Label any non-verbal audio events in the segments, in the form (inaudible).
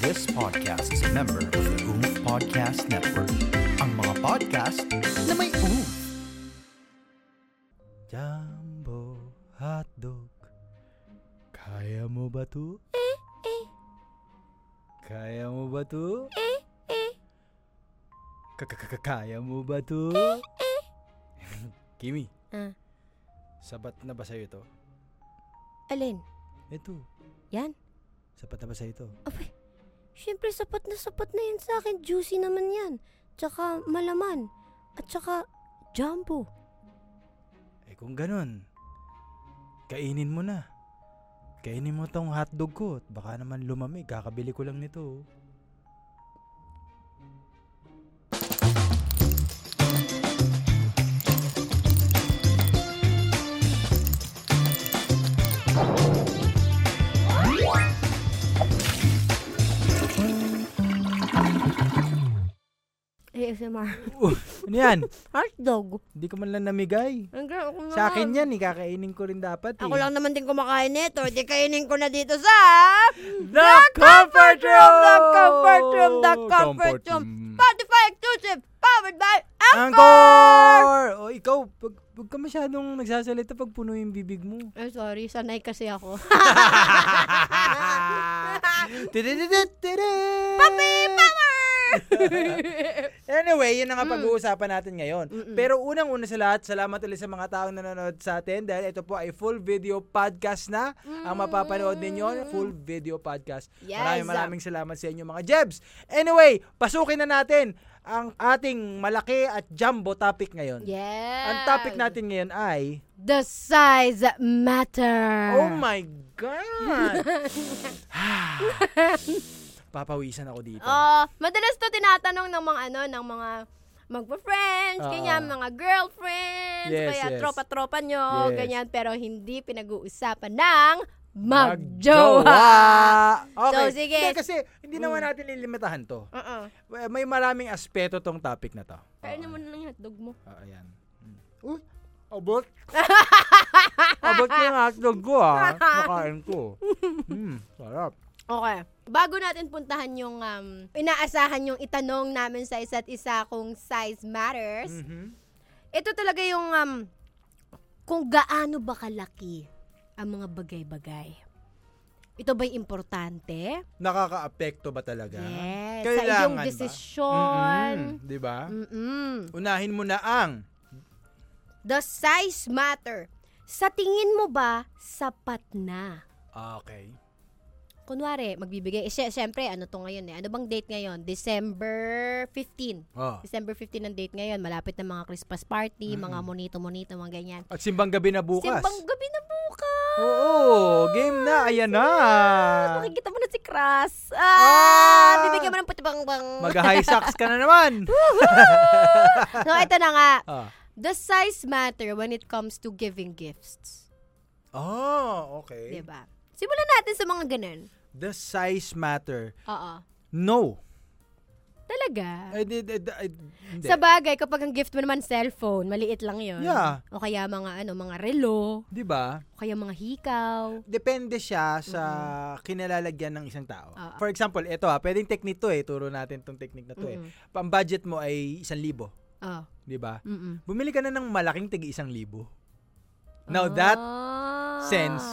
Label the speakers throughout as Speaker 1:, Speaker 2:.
Speaker 1: This podcast is a member of the OOF Podcast Network. Ang mga podcast na may OOF. Jumbo Hotdog. Kaya mo ba to? Kaya mo ba to?
Speaker 2: Eh,
Speaker 1: Kaya mo ba to?
Speaker 2: Eh.
Speaker 1: Kimi,
Speaker 2: Ah,
Speaker 1: sabat na ba sa'yo ito?
Speaker 2: alin?
Speaker 1: Ito,
Speaker 2: Yan?
Speaker 1: sapat na ba sa'yo ito?
Speaker 2: Abay, syempre sapat na sapat na yan sa akin. Juicy naman yan. Tsaka malaman. At tsaka jumbo.
Speaker 1: Eh kung ganun, kainin mo na. Kainin mo tong hotdog ko. Baka naman lumamig. Kakabili ko lang nito.
Speaker 2: (laughs) ASMR.
Speaker 1: Uh, ano yan?
Speaker 2: Hot dog.
Speaker 1: Hindi ko man lang namigay.
Speaker 2: Ang gra- ako
Speaker 1: Sa akin
Speaker 2: naman.
Speaker 1: yan, ikakainin ko rin dapat eh.
Speaker 2: Ako lang naman din kumakain nito. Di kainin ko na dito sa...
Speaker 1: The Comfort Room!
Speaker 2: The Comfort Room! The Comfort Room! Spotify exclusive! Powered by Anchor!
Speaker 1: Angkor! O ikaw, pag, pag ka masyadong nagsasalita, pag puno yung bibig mo.
Speaker 2: (laughs) Ay, sorry. Sanay kasi ako. (laughs)
Speaker 1: Puppy
Speaker 2: Power!
Speaker 1: Anyway, yun ang nga pag-uusapan natin ngayon.
Speaker 2: Hmm. Mm-mm.
Speaker 1: Pero unang-una sa lahat, salamat ulit sa mga taong nanonood sa atin dahil ito po ay full video podcast na ang mapapanood ninyo. Full video podcast.
Speaker 2: Mm. Yes.
Speaker 1: Maraming maraming salamat sa inyo mga Jebs. Anyway, pasukin na natin ang ating malaki at jumbo topic ngayon.
Speaker 2: yeah.
Speaker 1: Ang topic natin ngayon ay
Speaker 2: The size matter.
Speaker 1: Oh my
Speaker 2: (laughs)
Speaker 1: God! (sighs) Papawisan ako dito.
Speaker 2: Oh, madalas to tinatanong ng mga ano, ng mga magpa-friends,
Speaker 1: Oo.
Speaker 2: ganyan, mga girlfriends,
Speaker 1: Ah. Yes,
Speaker 2: kaya
Speaker 1: yes.
Speaker 2: tropa-tropa nyo,
Speaker 1: Yes.
Speaker 2: ganyan, pero hindi pinag-uusapan ng magjowa.
Speaker 1: Magjowa! Okay.
Speaker 2: So, sige.
Speaker 1: Hindi, kasi hindi naman natin lilimitahan to.
Speaker 2: Oo.
Speaker 1: Well, May maraming aspeto tong topic na to.
Speaker 2: Kainin mo na lang yung hotdog mo.
Speaker 1: Ah, ayan. Mm. Uy!
Speaker 2: (laughs)
Speaker 1: Abot! Abot ko yung hotdog ko ah. Nakain
Speaker 2: (laughs)
Speaker 1: ko. Hmm, sarap.
Speaker 2: Okay. Bago natin puntahan yung um, inaasahan yung itanong namin sa isa't isa kung size matters,
Speaker 1: Mhm.
Speaker 2: ito talaga yung um, kung gaano ba kalaki ang mga bagay-bagay. Ito ba'y importante?
Speaker 1: Nakaka-apekto ba talaga?
Speaker 2: Yes. sa
Speaker 1: Kailangan
Speaker 2: iyong
Speaker 1: ba?
Speaker 2: desisyon.
Speaker 1: Mm-mm. Di ba?
Speaker 2: Mm-mm.
Speaker 1: Unahin mo na ang
Speaker 2: The size matter. Sa tingin mo ba, sapat na?
Speaker 1: Ah, Okay.
Speaker 2: Kunwari, magbibigay. Eh, sy- syempre, ano to ngayon eh? Ano bang date ngayon? December 15.
Speaker 1: Oh.
Speaker 2: December 15 ang date ngayon. Malapit na mga Christmas party, mga monito-monito, mga ganyan.
Speaker 1: At simbang gabi na bukas.
Speaker 2: Simbang gabi na bukas!
Speaker 1: Oo, game na. Ayan na.
Speaker 2: Makikita mo na si Crush. Ah,
Speaker 1: Ah!
Speaker 2: Bibigyan mo ng puti bang bang.
Speaker 1: Mag-high socks ka na naman.
Speaker 2: (laughs) no, ito na nga.
Speaker 1: Ah.
Speaker 2: The size matter when it comes to giving gifts.
Speaker 1: Oh, okay.
Speaker 2: Diba? Simulan natin sa mga ganun.
Speaker 1: The size matter.
Speaker 2: Oo.
Speaker 1: No. Eh,
Speaker 2: Talaga.
Speaker 1: I did, I, I, hindi.
Speaker 2: Sa bagay, kapag ang gift mo naman cellphone, maliit lang yon.
Speaker 1: Yeah.
Speaker 2: O kaya mga ano, mga relo,
Speaker 1: Di ba?
Speaker 2: o kaya mga hikaw.
Speaker 1: Depende siya sa kinalalagyan ng isang tao.
Speaker 2: Ah.
Speaker 1: For example, ito ah, pwedeng technique to eh. Turo natin tong technique na to eh. Pang budget mo ay isang libo.
Speaker 2: Oh,
Speaker 1: Di ba?
Speaker 2: mm
Speaker 1: Bumili ka na ng malaking tigi isang libo. Now that
Speaker 2: Ah.
Speaker 1: sense,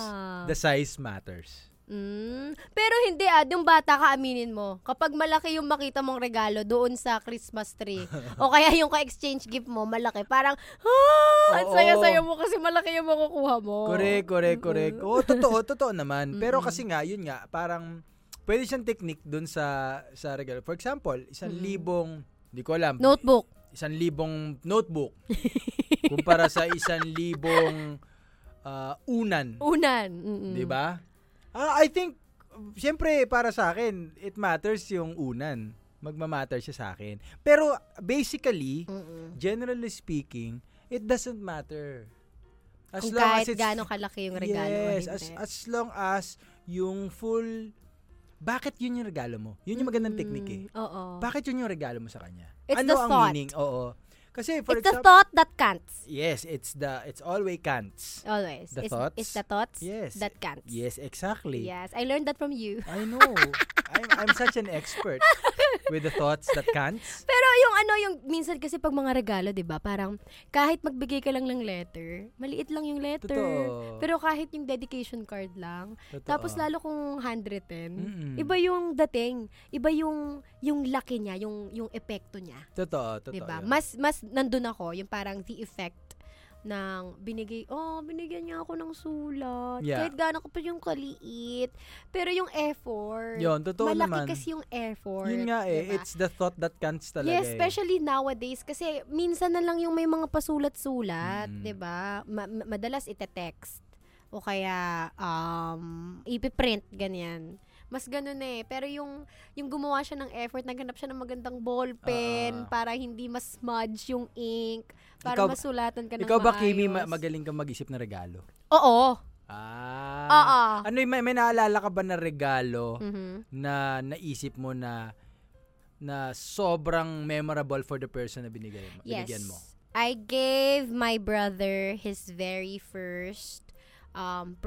Speaker 1: the size matters.
Speaker 2: Mm. Pero hindi ah, yung bata ka aminin mo. Kapag malaki yung makita mong regalo doon sa Christmas tree, o kaya yung ka-exchange gift mo, malaki. Parang, ah, ang
Speaker 1: Oo.
Speaker 2: saya-saya mo kasi malaki yung makukuha mo.
Speaker 1: Correct, correct, correct. Oo, totoo, totoo naman. Pero kasi nga, yun nga, parang pwede siyang technique dun sa sa regalo. For example, isang libong, hindi ko alam,
Speaker 2: Notebook.
Speaker 1: isang libong notebook (laughs) kumpara sa isang libong ah, unan.
Speaker 2: Unan. Mm-mm.
Speaker 1: Di ba? Ah, I think, siyempre, para sa akin, it matters yung unan. Magmamatter siya sa akin. Pero, basically,
Speaker 2: Mm-mm.
Speaker 1: generally speaking, it doesn't matter.
Speaker 2: Kung kahit gaano kalaki yung regalo. o
Speaker 1: Yes,
Speaker 2: hindi.
Speaker 1: as, as long as yung full, bakit yun yung regalo mo? Yun yung magandang technique eh.
Speaker 2: Mm, Oo.
Speaker 1: Bakit yun yung regalo mo sa kanya?
Speaker 2: It's
Speaker 1: ano
Speaker 2: the
Speaker 1: ang
Speaker 2: thought.
Speaker 1: meaning? Oo. Kasi for
Speaker 2: It's the
Speaker 1: example,
Speaker 2: thought that counts.
Speaker 1: yes, it's the it's always cants.
Speaker 2: Always.
Speaker 1: The
Speaker 2: it's,
Speaker 1: thoughts?
Speaker 2: It's the thoughts
Speaker 1: Yes.
Speaker 2: that counts.
Speaker 1: Yes, exactly.
Speaker 2: Yes. I learned that from you. (laughs)
Speaker 1: I know. I'm, I'm such an expert with the thoughts that cants.
Speaker 2: Pero yung ano, yung minsan kasi pag mga regalo, 'di ba? Parang kahit magbigay ka lang ng letter, maliit lang yung letter.
Speaker 1: Totoo.
Speaker 2: Pero kahit yung dedication card lang,
Speaker 1: Totoo.
Speaker 2: tapos lalo kung handwritten,
Speaker 1: Mm-mm.
Speaker 2: iba yung dating, iba yung yung laki niya, yung yung epekto niya,
Speaker 1: Totoo, totoo.
Speaker 2: 'di
Speaker 1: yun.
Speaker 2: ba? Diba? Mas mas nandun ako, yung parang the effect ng binigay, oh, binigyan niya ako ng sulat.
Speaker 1: Yeah.
Speaker 2: Kahit gaano ko pa yung kaliit. Pero yung effort.
Speaker 1: Yun, totoo
Speaker 2: malaki
Speaker 1: naman.
Speaker 2: kasi yung effort.
Speaker 1: Yun nga eh,
Speaker 2: diba?
Speaker 1: it's the thought that counts talaga. eh.
Speaker 2: Yes, especially nowadays kasi minsan na lang yung may mga pasulat-sulat,
Speaker 1: Mm.
Speaker 2: 'di ba? Ma- ma- madalas ite-text o kaya um ipiprint ganyan. Mas ganun eh. Pero yung yung gumawa siya ng effort, naghanap siya ng magandang
Speaker 1: Ah.
Speaker 2: ballpen para hindi mas smudge yung ink, para
Speaker 1: Ikaw-
Speaker 2: masulatan ka ng
Speaker 1: Ikaw ba, Kimi, ma-
Speaker 2: maayos.
Speaker 1: magaling kang mag-isip ng regalo?
Speaker 2: Oo.
Speaker 1: Ah.
Speaker 2: Oo.
Speaker 1: Ano, yung- may, may naalala ka ba na regalo
Speaker 2: Mhm.
Speaker 1: na naisip mo na na sobrang memorable for the person na binigay mo, binigyan mo?
Speaker 2: I gave my brother his very first um,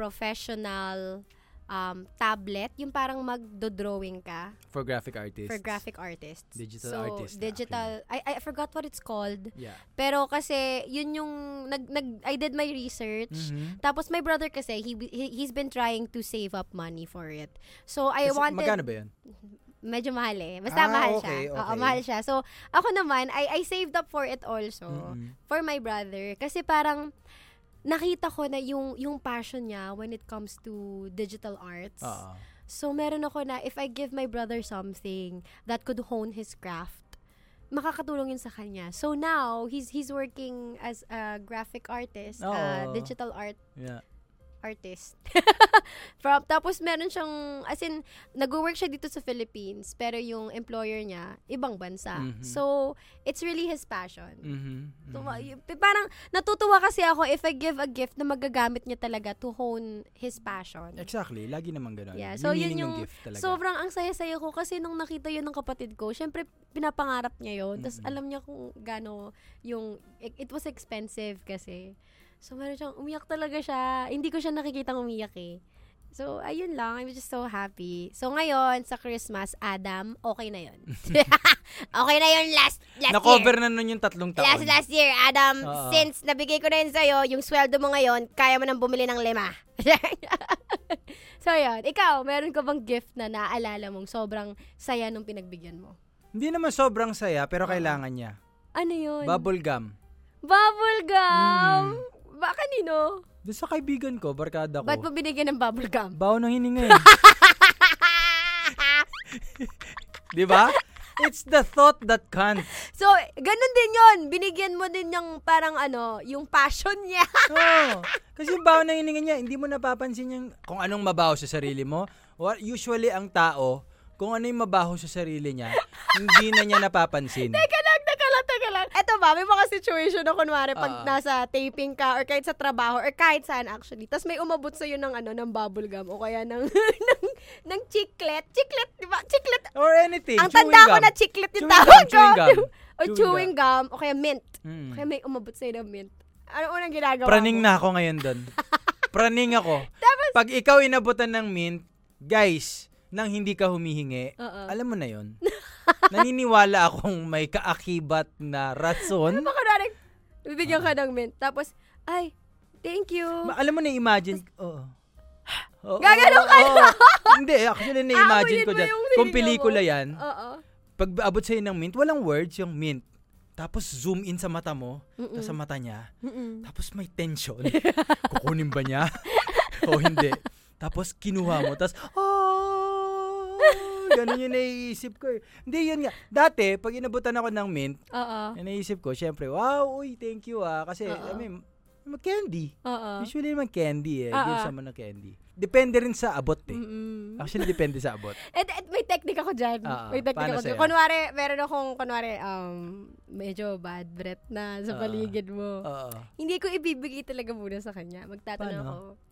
Speaker 2: professional um, tablet. Yung parang magdo-drawing ka
Speaker 1: For graphic artists.
Speaker 2: for graphic artists.
Speaker 1: Digital
Speaker 2: so,
Speaker 1: artist ah, na,
Speaker 2: Digital. I, I forgot what it's called.
Speaker 1: Yeah.
Speaker 2: Pero kasi, yun yung, nag, nag, I did my research.
Speaker 1: Mhm.
Speaker 2: Tapos my brother kasi, he, he- he's been trying to save up money for it. So I
Speaker 1: Kasi
Speaker 2: wanted...
Speaker 1: Magkano ba yun?
Speaker 2: Medyo mahal eh. Basta
Speaker 1: Ah,
Speaker 2: mahal
Speaker 1: okay,
Speaker 2: siya. Oo,
Speaker 1: okay.
Speaker 2: mahal siya. So, ako naman, I, I saved up for it also.
Speaker 1: Mm-mm.
Speaker 2: For my brother. Kasi parang, nakita ko na yung, yung passion niya when it comes to digital arts.
Speaker 1: Oo.
Speaker 2: So, meron ako na, if I give my brother something that could hone his craft, makakatulong yun sa kanya. So now, he's he's working as a graphic artist, a
Speaker 1: Oo.
Speaker 2: digital art
Speaker 1: Yeah.
Speaker 2: artist. (laughs) From, tapos meron siyang, as in, nag-work siya dito sa Philippines, pero yung employer niya, ibang bansa.
Speaker 1: Mhm.
Speaker 2: So, it's really his passion.
Speaker 1: Mhm. Mhm.
Speaker 2: Tuma- y- Parang natutuwa kasi ako if I give a gift na magagamit niya talaga to hone his passion.
Speaker 1: Exactly. Lagi naman ganun.
Speaker 2: Yeah,
Speaker 1: Yung
Speaker 2: so yun
Speaker 1: meaning ng
Speaker 2: yung
Speaker 1: gift talaga.
Speaker 2: Sobrang ang saya-saya ko kasi nung nakita yun ng kapatid ko, syempre pinapangarap niya yun. Tapos
Speaker 1: Mm-mm.
Speaker 2: alam niya kung gano yung, it, it was expensive kasi. So meron siyang, umiyak talaga siya. Hindi ko siya nakikitang umiyak eh. So, ayun lang. I'm just so happy. So, ngayon, sa Christmas, Adam, okay
Speaker 1: (laughs)
Speaker 2: na yun. (laughs) okay na yun last, last
Speaker 1: Na-cover
Speaker 2: year.
Speaker 1: na nun yung tatlong taon.
Speaker 2: Last, last year, Adam,
Speaker 1: Oo.
Speaker 2: since nabigay ko na yun sa'yo, yung sweldo mo ngayon, kaya mo nang bumili ng lima. (laughs) so, yun. Ikaw, meron ka bang gift na naaalala mong sobrang saya nung pinagbigyan mo?
Speaker 1: Hindi naman sobrang saya, pero kailangan niya.
Speaker 2: Ano yun?
Speaker 1: Bubble Hmm. gum.
Speaker 2: bubblegum! Ba, kanino?
Speaker 1: Doon sa kaibigan ko, barkada ko.
Speaker 2: Ba't mo binigyan ng bubblegum?
Speaker 1: Baho ng hininga eh. (laughs) Di ba? It's the thought that counts.
Speaker 2: so, ganun din yon Binigyan mo din yung parang ano, yung passion niya.
Speaker 1: Oo. Oh, Kasi yung baho ng hininga niya, hindi mo napapansin yung kung anong mabaho sa sarili mo. Or usually ang tao, kung ano yung mabaho sa sarili niya, hindi na niya napapansin.
Speaker 2: Teka lang, teka lang, teka lang. Eto ba, may mga situation na kunwari
Speaker 1: Ah.
Speaker 2: pag nasa taping ka or kahit sa trabaho or kahit saan actually. Tapos may umabot sa'yo ng ano, ng bubble gum o kaya ng, (laughs) ng, ng chiclet. Chiclet, di ba? Chiclet.
Speaker 1: Or anything.
Speaker 2: Ang
Speaker 1: chewing
Speaker 2: tanda ko
Speaker 1: gum.
Speaker 2: na chiclet yung
Speaker 1: Chewing gum,
Speaker 2: tawag ko.
Speaker 1: chewing gum.
Speaker 2: (laughs) O
Speaker 1: Chewing
Speaker 2: chewing gum. O kaya mint.
Speaker 1: Mm.
Speaker 2: Kaya may umabot sa'yo ng mint. Ano unang ginagawa
Speaker 1: Praning
Speaker 2: mo?
Speaker 1: na ako ngayon
Speaker 2: (laughs)
Speaker 1: doon. Praning ako.
Speaker 2: Tapos-
Speaker 1: Pag ikaw inabutan ng mint, guys, nang hindi ka humihingi,
Speaker 2: Oo.
Speaker 1: alam mo na
Speaker 2: (laughs)
Speaker 1: yon. Naniniwala akong may kaakibat na rason.
Speaker 2: Baka Diba kunwari, bibigyan ka ng mint. Tapos, ay, thank you.
Speaker 1: Ma- alam mo na imagine oo. Oo,
Speaker 2: Gagalaw ka
Speaker 1: oo. Hindi, actually na-imagine
Speaker 2: Aamunin
Speaker 1: ko
Speaker 2: mo
Speaker 1: dyan.
Speaker 2: yung
Speaker 1: Kung
Speaker 2: hininga
Speaker 1: pelikula
Speaker 2: mo.
Speaker 1: yan,
Speaker 2: Oo.
Speaker 1: pag abot sa'yo ng mint, walang words yung mint. Tapos zoom in sa mata mo,
Speaker 2: Mm-mm.
Speaker 1: tas sa mata niya.
Speaker 2: Mm-mm.
Speaker 1: Tapos may tension. (laughs) Kukunin ba niya? (laughs) o hindi. Tapos kinuha mo. Tapos, oh! Ganun yung naiisip ko eh. Hindi, yun nga. Dati, pag inabutan ako ng mint,
Speaker 2: Oo.
Speaker 1: yung naisip ko, syempre, wow, uy, thank you ah. Kasi,
Speaker 2: Oo.
Speaker 1: I mean, mag-candy. Eh,
Speaker 2: Oo.
Speaker 1: Usually naman candy eh.
Speaker 2: Ah,
Speaker 1: Give
Speaker 2: ah. Mm.
Speaker 1: someone a candy. Depende rin sa abot eh.
Speaker 2: Mm-mm.
Speaker 1: Actually, depende sa
Speaker 2: (laughs)
Speaker 1: abot.
Speaker 2: At, at may technique ako dyan.
Speaker 1: Ah,
Speaker 2: may technique
Speaker 1: paano
Speaker 2: ako dyan.
Speaker 1: sa'yo?
Speaker 2: Kunwari, meron akong, kunwari, um, medyo bad breath na sa
Speaker 1: Ah.
Speaker 2: paligid mo.
Speaker 1: Oo.
Speaker 2: Hindi ko ibibigay talaga muna sa kanya. Magtatanong
Speaker 1: Paano?
Speaker 2: ako.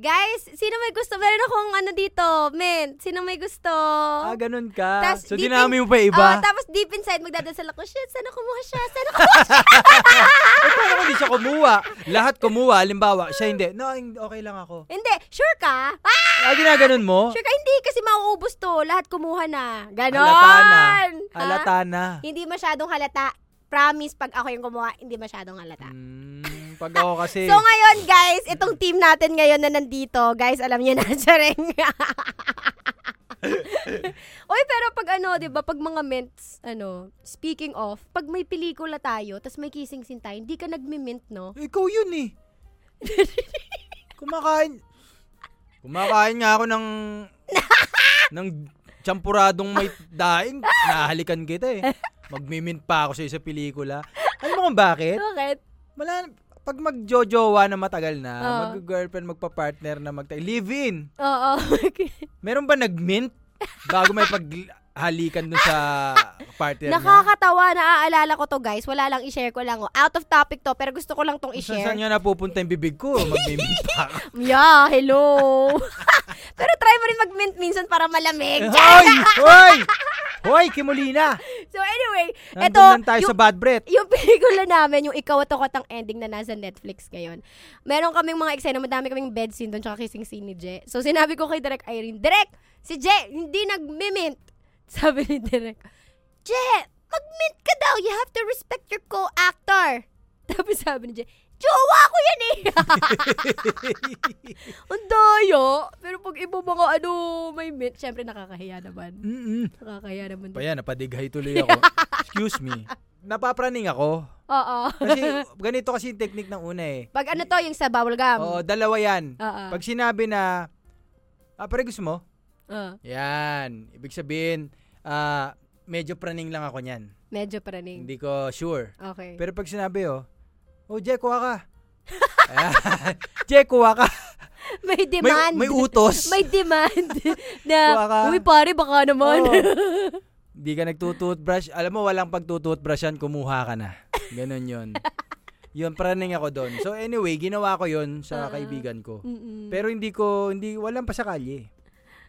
Speaker 2: Guys, sino may gusto? Meron akong ano dito, men. Sino may gusto?
Speaker 1: Ah, ganun ka.
Speaker 2: Tas
Speaker 1: so,
Speaker 2: deep in-
Speaker 1: dinami mo pa yung iba.
Speaker 2: Oh, tapos deep inside, magdadasal ako, shit, sana kumuha siya? Sana
Speaker 1: eh, paano kung di siya kumuha? Lahat kumuha. Halimbawa, siya hindi. No, hin- okay lang ako.
Speaker 2: Hindi, sure ka? Ah,
Speaker 1: Ah, ginaganon mo?
Speaker 2: sure ka? Hindi, kasi mauubos to. Lahat kumuha na. Ganon!
Speaker 1: Halata na.
Speaker 2: Ha?
Speaker 1: Halata na.
Speaker 2: Hindi masyadong halata. Promise, pag ako yung kumuha, hindi masyadong halata.
Speaker 1: Mm, pag ako kasi...
Speaker 2: So ngayon, guys, itong team natin ngayon na nandito, guys, alam niyo na, (laughs) charing. Oy, pero pag ano, 'di ba, pag mga mints, ano, speaking of, pag may pelikula tayo, tas may kissing scene tayo, hindi ka nagmi-mint, no?
Speaker 1: Ikaw yun
Speaker 2: (laughs)
Speaker 1: eh. Kumakain. Kumakain nga ako
Speaker 2: (laughs)
Speaker 1: ng... ng champuradong may daing. Nahalikan kita eh. Magmimint pa ako sa isa pelikula. Alam mo kung bakit?
Speaker 2: Bakit?
Speaker 1: Wala, pag magjojowa na matagal na,
Speaker 2: Oo.
Speaker 1: mag-girlfriend, magpa-partner na magta live-in.
Speaker 2: Oo. (laughs)
Speaker 1: Meron ba nag-mint bago may paghalikan dun sa partner mo?
Speaker 2: Nakakatawa, naaalala ko to, guys. Wala lang, i-share ko lang. Oh. Out of topic to, pero gusto ko lang tong
Speaker 1: Saan saan
Speaker 2: i-share.
Speaker 1: nyo napupunta yung bibig
Speaker 2: (laughs)
Speaker 1: ko? Mag-mint pa ako.
Speaker 2: Yeah, hello. (laughs) pero try mo rin mag-mint minsan para malamig.
Speaker 1: Hoy! Hoy! Hoy, Kimolina!
Speaker 2: (laughs) So anyway,
Speaker 1: Nandun
Speaker 2: eto,
Speaker 1: lang tayo
Speaker 2: yung-
Speaker 1: sa bad breath.
Speaker 2: yung (laughs) pelikula namin, yung Ikaw at Ako at ang ending na nasa Netflix ngayon, meron kaming mga eksena, madami kaming bed scene doon, tsaka kissing scene ni Je. So, sinabi ko kay Direk Irene, Direk, si Je, hindi nag-mint. (laughs) Sabi ni Direk, Je, mag-mint ka daw. You have to respect your co-actor. (laughs) Tapos sabi ni Je, Jowa ko yan eh! (laughs) Ang daya. Pero pag iba mga ano, may mint, syempre nakakahiya naman.
Speaker 1: Mm-mm.
Speaker 2: Nakakahiya naman. din.
Speaker 1: Paya, napadighay tuloy ako. Excuse me. Napapraning ako.
Speaker 2: Oo.
Speaker 1: Kasi ganito kasi yung technique ng una eh.
Speaker 2: Pag ano to, yung sa bubble gum.
Speaker 1: Oo, dalawa yan.
Speaker 2: Oo.
Speaker 1: Pag sinabi na, ah, pare gusto mo?
Speaker 2: Oo.
Speaker 1: Yan. Ibig sabihin, ah, medyo praning lang ako niyan.
Speaker 2: Medyo praning.
Speaker 1: Hindi ko sure.
Speaker 2: Okay.
Speaker 1: Pero pag sinabi, oh, oh, Jay, kuha ka. (laughs) Ayan. Jay, kuha ka.
Speaker 2: (laughs) may
Speaker 1: May,
Speaker 2: demand.
Speaker 1: (laughs) may utos.
Speaker 2: (laughs) May
Speaker 1: (laughs)
Speaker 2: demand.
Speaker 1: Kuha ka.
Speaker 2: na, uy pare, baka
Speaker 1: (laughs)
Speaker 2: naman.
Speaker 1: Oo. Hindi ka nagtututbrush. Alam mo, walang pagtututbrush yan, kumuha ka na. Ganon
Speaker 2: (laughs)
Speaker 1: yun. yun, praning ako doon. So anyway, ginawa ko yun sa
Speaker 2: Oo.
Speaker 1: kaibigan ko.
Speaker 2: (laughs) Mm-mm.
Speaker 1: Pero hindi ko, hindi, walang pasakali.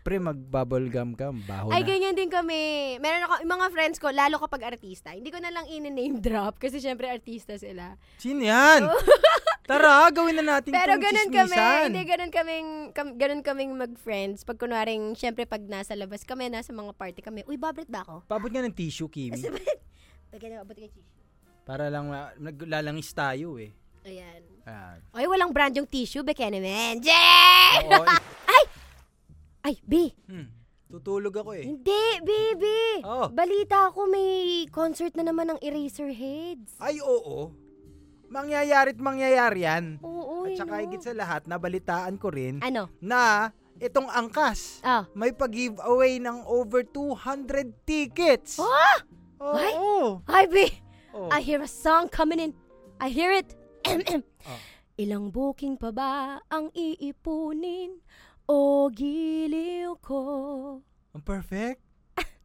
Speaker 1: Pre, mag-bubble gum ka, ang baho
Speaker 2: Ay,
Speaker 1: na.
Speaker 2: ganyan din kami. Meron ako, yung mga friends ko, lalo kapag artista, hindi ko na lang in-name drop kasi syempre artista sila.
Speaker 1: Sino yan? (laughs) Tara, gawin na natin
Speaker 2: Oh. Pero
Speaker 1: itong
Speaker 2: ganun kami,
Speaker 1: chismisan.
Speaker 2: hindi ganun kaming, kam, ganun kaming mag-friends. Pag kunwaring, syempre pag nasa labas kami, nasa mga party kami, uy, babret ba ako?
Speaker 1: Paabot nga ng tissue, Kimi.
Speaker 2: Kasi, (laughs) bagay na, abot kay tissue.
Speaker 1: Para lang, ma- naglalangis tayo eh.
Speaker 2: Ayan.
Speaker 1: Ah,
Speaker 2: Ay, walang brand yung tissue, Bekenemen.
Speaker 1: oo,
Speaker 2: (laughs)
Speaker 1: eh.
Speaker 2: Ay, B,
Speaker 1: Hmm, tutulog ako eh.
Speaker 2: Hindi, baby!
Speaker 1: Oh.
Speaker 2: Balita ako may concert na naman ng Eraserheads.
Speaker 1: Ay, oo. Mangyayari't mangyayari yan.
Speaker 2: Oo,
Speaker 1: At
Speaker 2: eh,
Speaker 1: saka
Speaker 2: no?
Speaker 1: higit sa lahat, nabalitaan ko rin
Speaker 2: Ano?
Speaker 1: na itong angkas,
Speaker 2: Ah.
Speaker 1: may pag-giveaway ng over 200 tickets.
Speaker 2: Ah!
Speaker 1: Oo.
Speaker 2: Ay! Hi, B!
Speaker 1: Oo.
Speaker 2: I hear a song coming in. I hear it. (clears throat)
Speaker 1: Ah.
Speaker 2: Ilang booking pa ba ang iipunin o giliw ko?
Speaker 1: Ang perfect.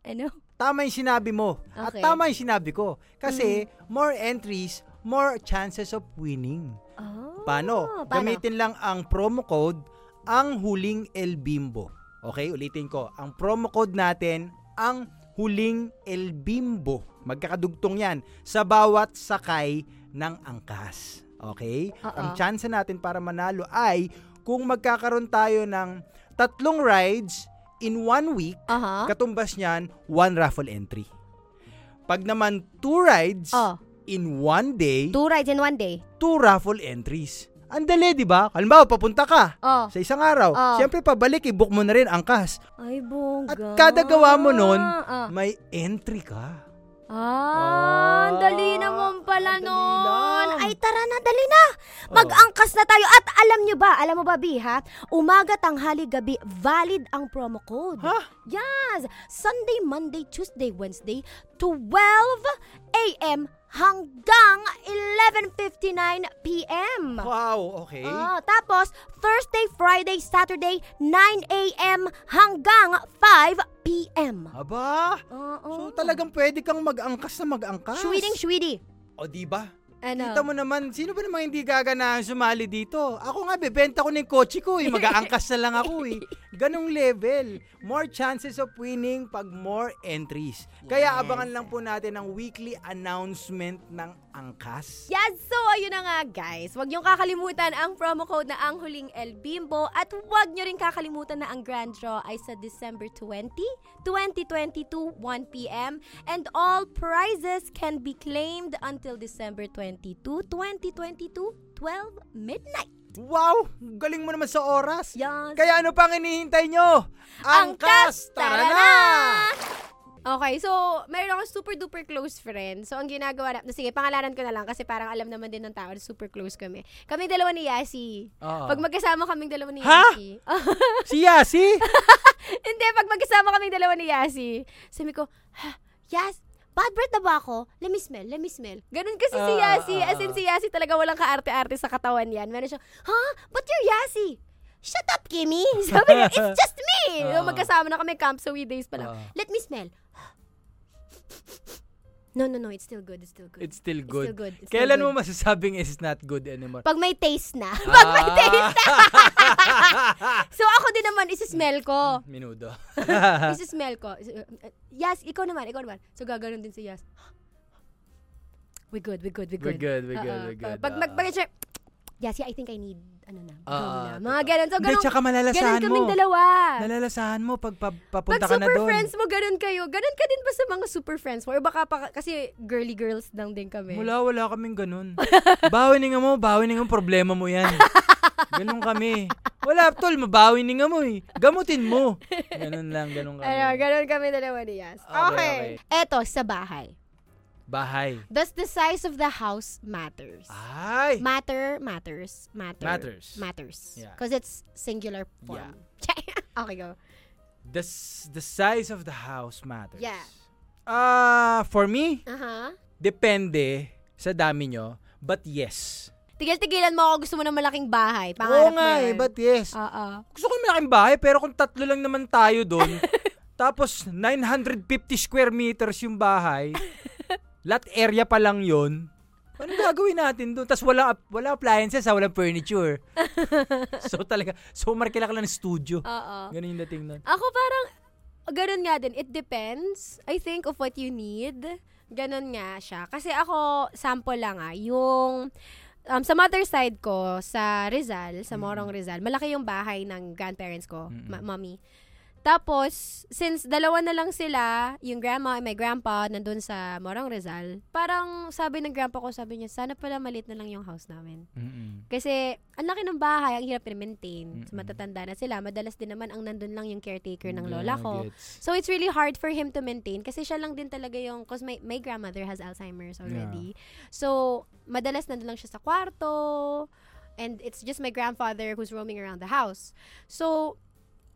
Speaker 2: Ano?
Speaker 1: Tama yung sinabi mo. At
Speaker 2: Okay. Mm.
Speaker 1: tama yung sinabi ko. Kasi more entries, more chances of winning.
Speaker 2: Oh,
Speaker 1: Paano? Gamitin lang ang promo code ang huling El Bimbo. Okay, ulitin ko. Ang promo code natin ang huling El Bimbo. Magkakadugtong 'yan sa bawat sakay ng angkas. Okay?
Speaker 2: Oo.
Speaker 1: Ang chance natin para manalo ay kung magkakaroon tayo ng tatlong rides in one week,
Speaker 2: Aha.
Speaker 1: katumbas niyan one raffle entry. Pag naman two rides
Speaker 2: Oh,
Speaker 1: in one day,
Speaker 2: two rides in one day.
Speaker 1: two raffle entries. Ang dali, di ba? Halimbawa, papunta ka
Speaker 2: Oh.
Speaker 1: sa isang araw.
Speaker 2: Ah.
Speaker 1: Siyempre, pabalik, i-book mo na rin ang kas.
Speaker 2: Ay, bongga.
Speaker 1: At kada gawa mo nun,
Speaker 2: Ah.
Speaker 1: May entry ka.
Speaker 2: Ah, ang dali naman pala
Speaker 1: Ang dali
Speaker 2: nun.
Speaker 1: lang. Oh.
Speaker 2: Ay, tara na, dali na. Mag-angkas na tayo. At alam nyo ba, alam mo ba, Bi, ha? Umaga, tanghali, gabi, valid ang promo code.
Speaker 1: Ha?
Speaker 2: Yes! Sunday, Monday, Tuesday, Wednesday, 12 a.m. hanggang 11.59 p.m.
Speaker 1: Wow, okay.
Speaker 2: Oh, tapos, Thursday, Friday, Saturday, 9 a.m. hanggang 5 p.m.
Speaker 1: Aba,
Speaker 2: Oo. Oh.
Speaker 1: so talagang pwede kang mag-angkas na mag-angkas.
Speaker 2: Shweeding, shweedy.
Speaker 1: O, di ba?
Speaker 2: Ano?
Speaker 1: Kita mo naman, sino ba namang hindi gaganahan sumali dito? Ako nga, bebenta ko na yung kotse ko eh. Mag-aangkas na lang ako
Speaker 2: (laughs)
Speaker 1: eh. Ganong level. More chances of winning pag more entries. Kaya
Speaker 2: Yes.
Speaker 1: abangan lang po natin ang weekly announcement ng angkas.
Speaker 2: Yes! So, ayun na nga guys. Huwag niyong kakalimutan ang promo code na ang huling El Bimbo at huwag niyo rin kakalimutan na ang grand draw ay sa December 20, 2022, 1pm. And all prizes can be claimed until December 22, 2022, 12 midnight.
Speaker 1: Wow! Galing mo naman sa oras.
Speaker 2: Yes!
Speaker 1: Kaya ano pang hinihintay nyo? Angkas! Tara (laughs) na!
Speaker 2: Okay, so meron akong super duper close friend. So ang ginagawa na, sige, pangalanan ko na lang kasi parang alam naman din ng tao, na super close kami. Kami dalawa ni Yasi.
Speaker 1: Oo.
Speaker 2: Pag magkasama kaming dalawa ni
Speaker 1: Ha?
Speaker 2: Yasi.
Speaker 1: Si Yasi?
Speaker 2: Hindi, pag magkasama kaming dalawa ni Yasi. Sabi ko, ha, Yas, bad breath na ba ako? Let me smell, let me smell. Ganun kasi si
Speaker 1: Ah,
Speaker 2: Yasi.
Speaker 1: ah,
Speaker 2: As
Speaker 1: ah.
Speaker 2: in si Yasi talaga walang kaarte-arte sa katawan yan. Meron siya, ha? But you're Yasi. Shut up, Kimmy! (laughs) Sabi niya, it's just me!
Speaker 1: Ah.
Speaker 2: So, magkasama na kami, camp, so we days pa lang.
Speaker 1: Ah.
Speaker 2: Let me smell. No, no, no, it's still good, it's still good.
Speaker 1: It's still good.
Speaker 2: good. still good. It's still
Speaker 1: Kailan
Speaker 2: good.
Speaker 1: mo masasabing it's not good anymore?
Speaker 2: Pag may taste na. (laughs)
Speaker 1: Pag may taste
Speaker 2: So ako din naman, isi-smell ko.
Speaker 1: Minudo. Ah.
Speaker 2: Isi-smell ko. Yes, uh, ikaw naman, ikaw naman. So gaganon din si Yas. We good, we good, we
Speaker 1: we're
Speaker 2: good.
Speaker 1: good, we're good,
Speaker 2: Oo,
Speaker 1: we're good. Uh-uh. Ah.
Speaker 2: Pag
Speaker 1: Oo.
Speaker 2: magbagay siya, yes, yeah, I think I need, ano na,
Speaker 1: Oo,
Speaker 2: gum na.
Speaker 1: totoo.
Speaker 2: Mga ganon. So
Speaker 1: Hindi,
Speaker 2: ganon,
Speaker 1: tsaka malalasahan
Speaker 2: ganon kaming
Speaker 1: mo.
Speaker 2: dalawa.
Speaker 1: Nalalasahan mo pag pa-
Speaker 2: Pag
Speaker 1: papunta ka na
Speaker 2: super
Speaker 1: doon.
Speaker 2: friends mo, ganon kayo. Ganon ka din ba sa mga super friends mo? Or baka pa, kasi girly girls lang din kami.
Speaker 1: Mula wala kaming
Speaker 2: (laughs)
Speaker 1: ganun. bawi ni nga mo, bawi ni nga mo, problema mo yan. Ganun kami. Wala, tol, mabawi ni nga mo eh. Gamutin mo. Ganun lang, ganun kami.
Speaker 2: Ayun, ganon kami dalawa ni Yas.
Speaker 1: Okay,
Speaker 2: Okay. Eto, sa bahay.
Speaker 1: Bahay.
Speaker 2: Does the size of the house
Speaker 1: Ah,
Speaker 2: matters?
Speaker 1: Ay!
Speaker 2: Matter, matters, matter.
Speaker 1: Matters.
Speaker 2: Matters.
Speaker 1: Yeah.
Speaker 2: Because it's singular (laughs) form. okay, go.
Speaker 1: The, s- the size of the house matters.
Speaker 2: Yeah.
Speaker 1: Ah, for me,
Speaker 2: Aha.
Speaker 1: depende sa dami nyo, but yes.
Speaker 2: Tigil-tigilan mo ako gusto mo ng malaking bahay.
Speaker 1: Oo nga
Speaker 2: Pangarap mo Ah.
Speaker 1: eh,
Speaker 2: yan.
Speaker 1: but yes.
Speaker 2: Oo.
Speaker 1: Gusto ko yung malaking bahay, pero kung tatlo lang naman tayo
Speaker 2: (laughs)
Speaker 1: doon, tapos 950 square meters yung bahay,
Speaker 2: (laughs)
Speaker 1: lot area pa lang yon ano gagawin natin doon? Tapos wala, wala appliances, ha? walang
Speaker 2: (laughs)
Speaker 1: furniture. so talaga, so markila ka lang ng studio.
Speaker 2: Oo.
Speaker 1: Ganun yung dating nun.
Speaker 2: Ako parang, ganun nga din. It depends, I think, of what you need. Ganun nga siya. Kasi ako, sample lang ah, yung... Um, sa mother side ko, sa Rizal, sa Morong Rizal, malaki yung bahay ng grandparents ko, ma- mommy. Tapos, since dalawa na lang sila, yung grandma and my grandpa, nandun sa Morong Rizal, parang sabi ng grandpa ko, sabi niya, sana pala maliit na lang yung house namin.
Speaker 1: Mm-mm.
Speaker 2: Kasi, ang laki ng bahay, ang hirap i-maintain. So,
Speaker 1: Mm-mm.
Speaker 2: matatanda na sila. Madalas din naman ang nandun lang yung caretaker ng
Speaker 1: Yeah,
Speaker 2: lola ko.
Speaker 1: gets.
Speaker 2: So, it's really hard for him to maintain kasi siya lang din talaga yung, cause my, my grandmother has Alzheimer's already. So, madalas nandun lang siya sa kwarto and it's just my grandfather who's roaming around the house. So,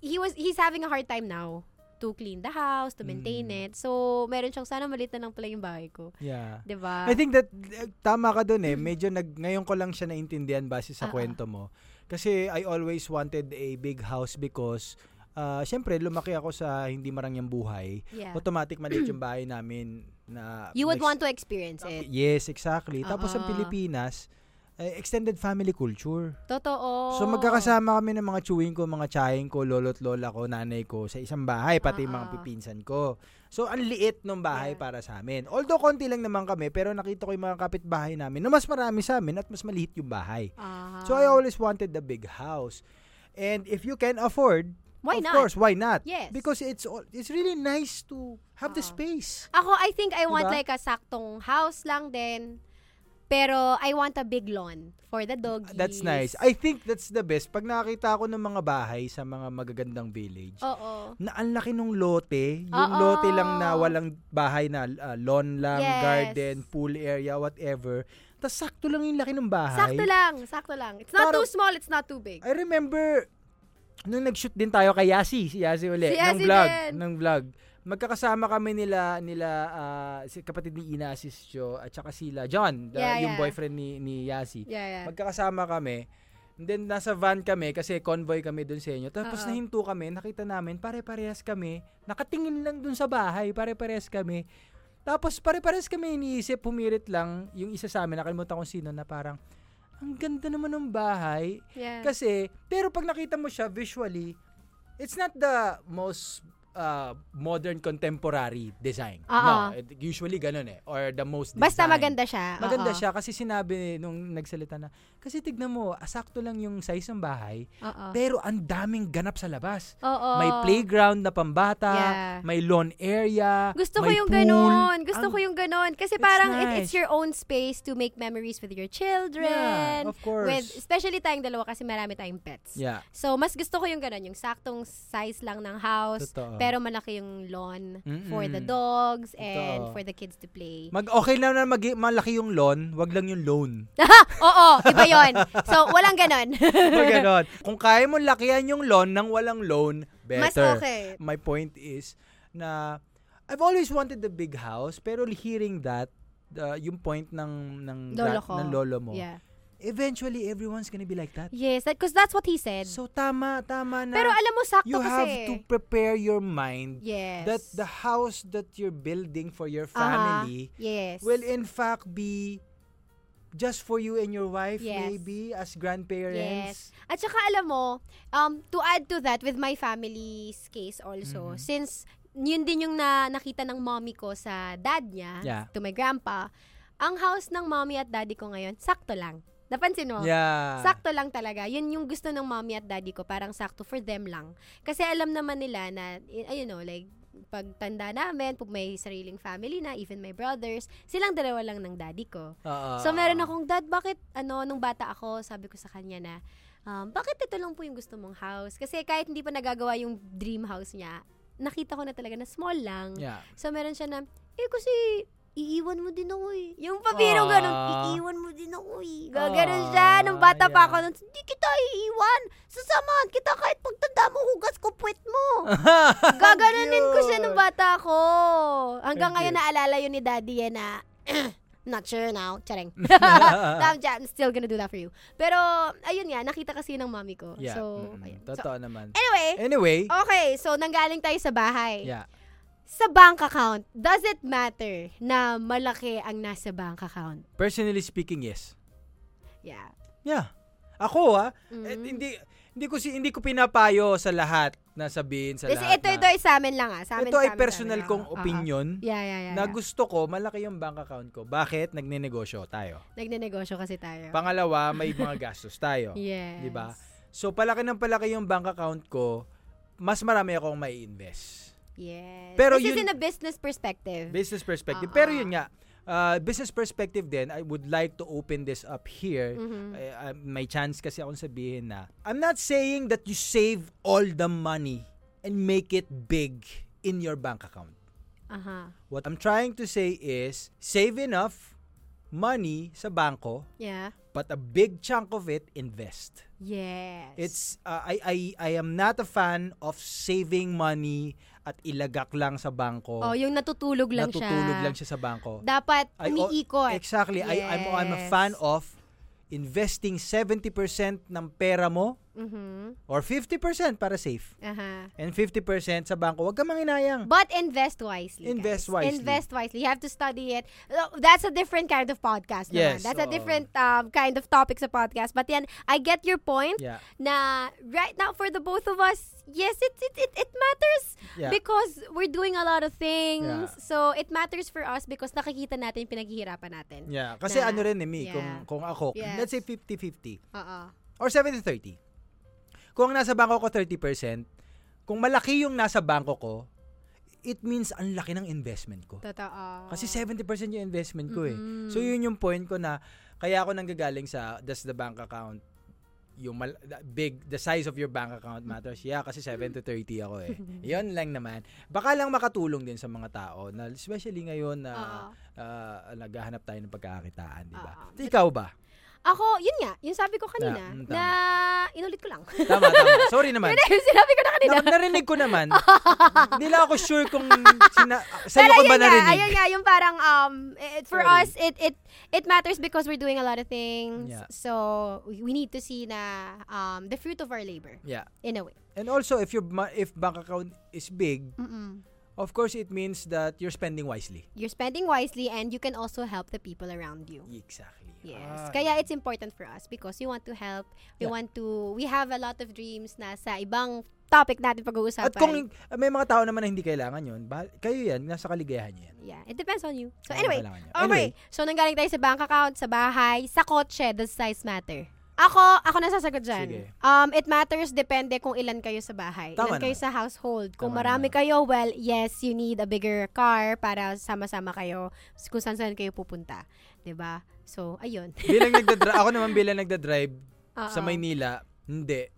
Speaker 2: he was, he's having a hard time now to clean the house, to maintain
Speaker 1: Mm.
Speaker 2: it. So, meron siyang, sana maliit na lang pala yung bahay ko.
Speaker 1: Yeah.
Speaker 2: 'Di ba?
Speaker 1: I think that uh, tama ka doon eh. Medyo nag ngayon ko lang siya naintindihan base sa
Speaker 2: Ah, ah.
Speaker 1: kwento mo. Kasi I always wanted a big house because uh, syempre lumaki ako sa hindi marangyang buhay.
Speaker 2: Yeah.
Speaker 1: Automatic maliit yung bahay namin na
Speaker 2: You would
Speaker 1: next-
Speaker 2: want to experience it.
Speaker 1: Yes, exactly. Tapos sa
Speaker 2: Ah, ah.
Speaker 1: Pilipinas, eh, extended family culture.
Speaker 2: Totoo.
Speaker 1: So magkakasama kami ng mga chewing ko, mga tsahin ko, lolo't lola ko, nanay ko sa isang bahay, pati yung mga
Speaker 2: Ah.
Speaker 1: pipinsan ko. So ang liit ng bahay
Speaker 2: Yeah.
Speaker 1: para sa amin. Although konti lang naman kami, pero nakita ko yung mga kapitbahay namin na mas marami sa amin at mas maliit yung bahay.
Speaker 2: Ah.
Speaker 1: So I always wanted the big house. And if you can afford,
Speaker 2: Why
Speaker 1: of
Speaker 2: not?
Speaker 1: course, why not?
Speaker 2: Yes.
Speaker 1: Because it's all, it's really nice to have the
Speaker 2: Ah.
Speaker 1: space.
Speaker 2: Ako, I think I want
Speaker 1: Diba?
Speaker 2: like a saktong house lang din. Pero I want a big lawn for the doggies.
Speaker 1: Ah, That's nice. I think that's the best. Pag nakakita ako ng mga bahay sa mga magagandang village,
Speaker 2: Oo.
Speaker 1: na ang laki nung lote, yung
Speaker 2: Oo.
Speaker 1: lote lang na walang bahay na ah, lawn lang,
Speaker 2: Yes.
Speaker 1: garden, pool area, whatever. Tapos sakto lang yung laki ng bahay.
Speaker 2: Sakto lang, sakto lang. It's not
Speaker 1: Parang-
Speaker 2: too small, it's not too big.
Speaker 1: I remember nung nag-shoot din tayo kay Yasi, si Yasi uli,
Speaker 2: Si Yasi
Speaker 1: ng vlog,
Speaker 2: din.
Speaker 1: ng vlog. Magkakasama kami nila nila ah, si kapatid ni Ina Asisio at saka sila John, the-
Speaker 2: Yeah,
Speaker 1: yung
Speaker 2: yeah.
Speaker 1: boyfriend ni ni Yasi.
Speaker 2: Yeah, yeah.
Speaker 1: Magkakasama kami. And then nasa van kami kasi convoy kami doon sa inyo. Tapos
Speaker 2: Oo.
Speaker 1: nahinto kami, nakita namin pare-parehas kami. Nakatingin lang doon sa bahay, pare-parehas kami. Tapos pare-pares kami iniisip, pumirit lang yung isa sa amin, nakalimutan ko sino na parang, ang ganda naman ng bahay.
Speaker 2: Yeah.
Speaker 1: Kasi, pero pag nakita mo siya visually, it's not the most uh, modern contemporary design.
Speaker 2: Oo.
Speaker 1: No, it- usually ganun eh. Or the most
Speaker 2: Basta
Speaker 1: design.
Speaker 2: maganda siya.
Speaker 1: Maganda
Speaker 2: oo.
Speaker 1: siya kasi sinabi nung nagsalita na, kasi tignan mo, asakto lang yung size ng bahay,
Speaker 2: Oo.
Speaker 1: pero ang daming ganap sa labas.
Speaker 2: Oo.
Speaker 1: May playground na pambata,
Speaker 2: Yeah.
Speaker 1: may lawn area,
Speaker 2: Gusto ko
Speaker 1: may
Speaker 2: yung
Speaker 1: pool.
Speaker 2: ganon. Gusto
Speaker 1: Ang-
Speaker 2: ko yung ganon.
Speaker 1: It's
Speaker 2: Kasi parang it-
Speaker 1: nice.
Speaker 2: it's your own space to make memories with your
Speaker 1: Yeah,
Speaker 2: children.
Speaker 1: of course.
Speaker 2: With, especially tayong dalawa kasi marami tayong pets.
Speaker 1: Yeah.
Speaker 2: So, mas gusto ko yung ganon. Yung saktong size lang ng house.
Speaker 1: Totoo.
Speaker 2: Pero malaki yung lawn for the
Speaker 1: Mm-mm.
Speaker 2: dogs and
Speaker 1: Totoo.
Speaker 2: for the kids to play.
Speaker 1: Mag okay na na mag- malaki yung lawn, wag lang yung loan.
Speaker 2: (laughs) Oo, iba yon. So, walang (laughs) ganon.
Speaker 1: Pag ganon. Kung kaya mo lakihan yung loan ng walang loan, better.
Speaker 2: Mas okay.
Speaker 1: My point is na I've always wanted the big house, pero hearing that, uh, yung point ng ng,
Speaker 2: Lolo
Speaker 1: gra-
Speaker 2: ko.
Speaker 1: ng lolo mo,
Speaker 2: Yeah.
Speaker 1: eventually everyone's gonna be like that.
Speaker 2: Yes, because that's what he said.
Speaker 1: So tama, tama na.
Speaker 2: Pero alam mo, sakto
Speaker 1: you
Speaker 2: kasi.
Speaker 1: have to prepare your mind
Speaker 2: Yes.
Speaker 1: that the house that you're building for your
Speaker 2: Aha.
Speaker 1: family
Speaker 2: Yes.
Speaker 1: will in fact be just for you and your wife
Speaker 2: Yes.
Speaker 1: maybe as grandparents.
Speaker 2: Yes. At saka alam mo, um, to add to that with my family's case also,
Speaker 1: Mhm.
Speaker 2: since yun din yung na, nakita ng mommy ko sa dad niya,
Speaker 1: Yeah.
Speaker 2: to my grandpa, ang house ng mommy at daddy ko ngayon, sakto lang. Napansin mo?
Speaker 1: Yeah.
Speaker 2: Sakto lang talaga. Yun yung gusto ng mommy at daddy ko. Parang sakto for them lang. Kasi alam naman nila na, y- you know, like, pag tanda namin, pag may sariling family na, even my brothers, silang dalawa lang ng daddy ko.
Speaker 1: Oo.
Speaker 2: So, meron akong, Dad, bakit, ano, nung bata ako, sabi ko sa kanya na, um, bakit ito lang po yung gusto mong house? Kasi kahit hindi pa nagagawa yung dream house niya, nakita ko na talaga na small lang. (laughs)
Speaker 1: Yeah.
Speaker 2: So, meron siya na, eh, kasi, iiwan mo din ako eh. Yung papiro
Speaker 1: Aww.
Speaker 2: ganun, iiwan mo din ako eh. Gaganon
Speaker 1: Aww,
Speaker 2: siya, nung bata
Speaker 1: Ah, yeah.
Speaker 2: pa ako, nun, hindi kita iiwan. Sasamahan kita kahit pagtanda mo, hugas ko puwet
Speaker 1: (laughs)
Speaker 2: mo. Gaganonin ko siya nung bata ako. Hanggang
Speaker 1: Thank
Speaker 2: ngayon
Speaker 1: you.
Speaker 2: naalala yun ni daddy yan na, (clears throat) not sure now,
Speaker 1: (laughs)
Speaker 2: chareng.
Speaker 1: Tama.
Speaker 2: Damn, Jan, I'm still gonna do that for you. Pero, ayun nga, nakita kasi yun ng mami
Speaker 1: (laughs)
Speaker 2: ko.
Speaker 1: yeah. Eh.
Speaker 2: So,
Speaker 1: mm,
Speaker 2: ayun. So,
Speaker 1: Totoo naman.
Speaker 2: anyway,
Speaker 1: Anyway,
Speaker 2: okay, so nanggaling tayo sa bahay.
Speaker 1: yeah.
Speaker 2: Sa bank account, does it matter na malaki ang nasa bank account?
Speaker 1: Personally speaking, yes.
Speaker 2: Yeah.
Speaker 1: Yeah. Ako ah,
Speaker 2: Mm.
Speaker 1: eh, hindi hindi ko si hindi ko pinapayo sa lahat na sabihin sa
Speaker 2: Kasi
Speaker 1: lahat.
Speaker 2: ito,
Speaker 1: na-
Speaker 2: ito ay sa amin lang ah. Sa amin,
Speaker 1: Ito
Speaker 2: sa
Speaker 1: ay
Speaker 2: amin,
Speaker 1: personal
Speaker 2: sa amin.
Speaker 1: kong
Speaker 2: Oo.
Speaker 1: opinion
Speaker 2: Yeah, yeah, yeah.
Speaker 1: na
Speaker 2: yeah.
Speaker 1: gusto ko malaki yung bank account ko. Bakit? Nagnenegosyo tayo.
Speaker 2: Nagnenegosyo kasi tayo.
Speaker 1: Pangalawa, may
Speaker 2: (laughs)
Speaker 1: mga gastos tayo.
Speaker 2: yes.
Speaker 1: di ba? So palaki ng palaki yung bank account ko, mas marami akong may invest.
Speaker 2: Yes.
Speaker 1: Pero
Speaker 2: This is
Speaker 1: yun-
Speaker 2: in a business perspective.
Speaker 1: Business perspective.
Speaker 2: Oo.
Speaker 1: Pero yun nga, uh, business perspective din, I would like to open this up here.
Speaker 2: Mhm.
Speaker 1: Eh, uh, may chance kasi akong sabihin na, I'm not saying that you save all the money and make it big in your bank account.
Speaker 2: Aha.
Speaker 1: What I'm trying to say is, save enough money sa banko,
Speaker 2: Yeah.
Speaker 1: but a big chunk of it, invest.
Speaker 2: Yes.
Speaker 1: It's uh, I I I am not a fan of saving money at ilagak lang sa bangko.
Speaker 2: Oh, yung natutulog lang siya.
Speaker 1: natutulog lang siya sa bangko.
Speaker 2: Dapat
Speaker 1: I- oh,
Speaker 2: umiikot.
Speaker 1: Exactly. I I'm I'm a
Speaker 2: Yes.
Speaker 1: fan of investing 70% ng pera mo
Speaker 2: Mhm.
Speaker 1: or 50% para safe
Speaker 2: Aha.
Speaker 1: and 50% sa bangko. Huwag ka manginayang.
Speaker 2: But invest wisely. guys.
Speaker 1: Invest wisely.
Speaker 2: Invest wisely. You have to study it. Uh, That's a different kind of podcast.
Speaker 1: Yes, oh.
Speaker 2: Naman. That's a
Speaker 1: oo.
Speaker 2: different um, kind of topic sa podcast. But yan, I get your point
Speaker 1: Yeah.
Speaker 2: na right now for the both of us, yes, it it it, it matters
Speaker 1: Yeah.
Speaker 2: because we're doing a lot of things.
Speaker 1: Yeah.
Speaker 2: So it matters for us because nakikita natin yung pinaghihirapan natin.
Speaker 1: Yeah. Kasi
Speaker 2: Na-
Speaker 1: ano rin eh, Mi,
Speaker 2: yeah.
Speaker 1: kung, kung ako,
Speaker 2: Yes.
Speaker 1: let's say 50-50
Speaker 2: Oo.
Speaker 1: or 70-30. Kung ang nasa bangko ko 30%, kung malaki yung nasa bangko ko, it means ang laki ng investment ko.
Speaker 2: Totoo.
Speaker 1: Kasi 70% yung investment ko eh.
Speaker 2: Mm-mm.
Speaker 1: So yun yung point ko na kaya ako nanggagaling sa does the bank account yung mal- the big the size of your bank account matters. Yeah, kasi 7 to 30 ako
Speaker 2: (laughs)
Speaker 1: eh. Yun lang naman. Baka lang makatulong din sa mga tao na especially ngayon na
Speaker 2: Oo.
Speaker 1: ah, naghahanap tayo ng pagkakakitaan, di ba?
Speaker 2: Oo.
Speaker 1: Ikaw ba?
Speaker 2: Ako, yun nga, yung sabi ko kanina,
Speaker 1: Yeah, mm, tama.
Speaker 2: na inulit ko lang. (laughs)
Speaker 1: Tama, tama. Sorry naman.
Speaker 2: Hindi, sinabi ko na kanina.
Speaker 1: Na- narinig ko
Speaker 2: (laughs)
Speaker 1: naman. Hindi lang ako sure kung sina- sa'yo ko
Speaker 2: ayun
Speaker 1: ba
Speaker 2: nga,
Speaker 1: narinig.
Speaker 2: ayun nga, yung parang, um, it- for
Speaker 1: Sorry.
Speaker 2: us, it, it, it matters because we're doing a lot of things.
Speaker 1: Yeah.
Speaker 2: So, we we need to see na um, the fruit of our labor,
Speaker 1: Yeah.
Speaker 2: in a way.
Speaker 1: And also, if your ma- if bank account is big,
Speaker 2: Mm-mm.
Speaker 1: Of course, it means that you're spending wisely.
Speaker 2: You're spending wisely and you can also help the people around you.
Speaker 1: Exactly.
Speaker 2: Yes.
Speaker 1: Ah,
Speaker 2: Kaya it's important for us because we want to help. We
Speaker 1: Yeah.
Speaker 2: want to, we have a lot of dreams na sa ibang topic natin pag-uusapan.
Speaker 1: At kung ah, may mga tao naman na hindi kailangan yun, bah- kayo yan, nasa kaligayahan niyo yan.
Speaker 2: Yeah, it depends on you. So
Speaker 1: Ano
Speaker 2: anyway,
Speaker 1: kailangan niyo.
Speaker 2: okay. So nanggaling tayo sa bank account, sa bahay, sa kotse, does size matter? Ako, ako na sasagot dyan.
Speaker 1: Sige.
Speaker 2: Um, it matters depende kung ilan kayo sa bahay.
Speaker 1: Tama
Speaker 2: ilan kayo
Speaker 1: naman.
Speaker 2: sa household. Kung
Speaker 1: Tama
Speaker 2: marami kayo, well, yes, you need a bigger car para sama-sama kayo kung saan-saan kayo pupunta. 'Di ba So, ayun. (laughs)
Speaker 1: bilang nagdadrive, ako naman bilang nagdadrive
Speaker 2: Oo.
Speaker 1: sa Maynila, hindi.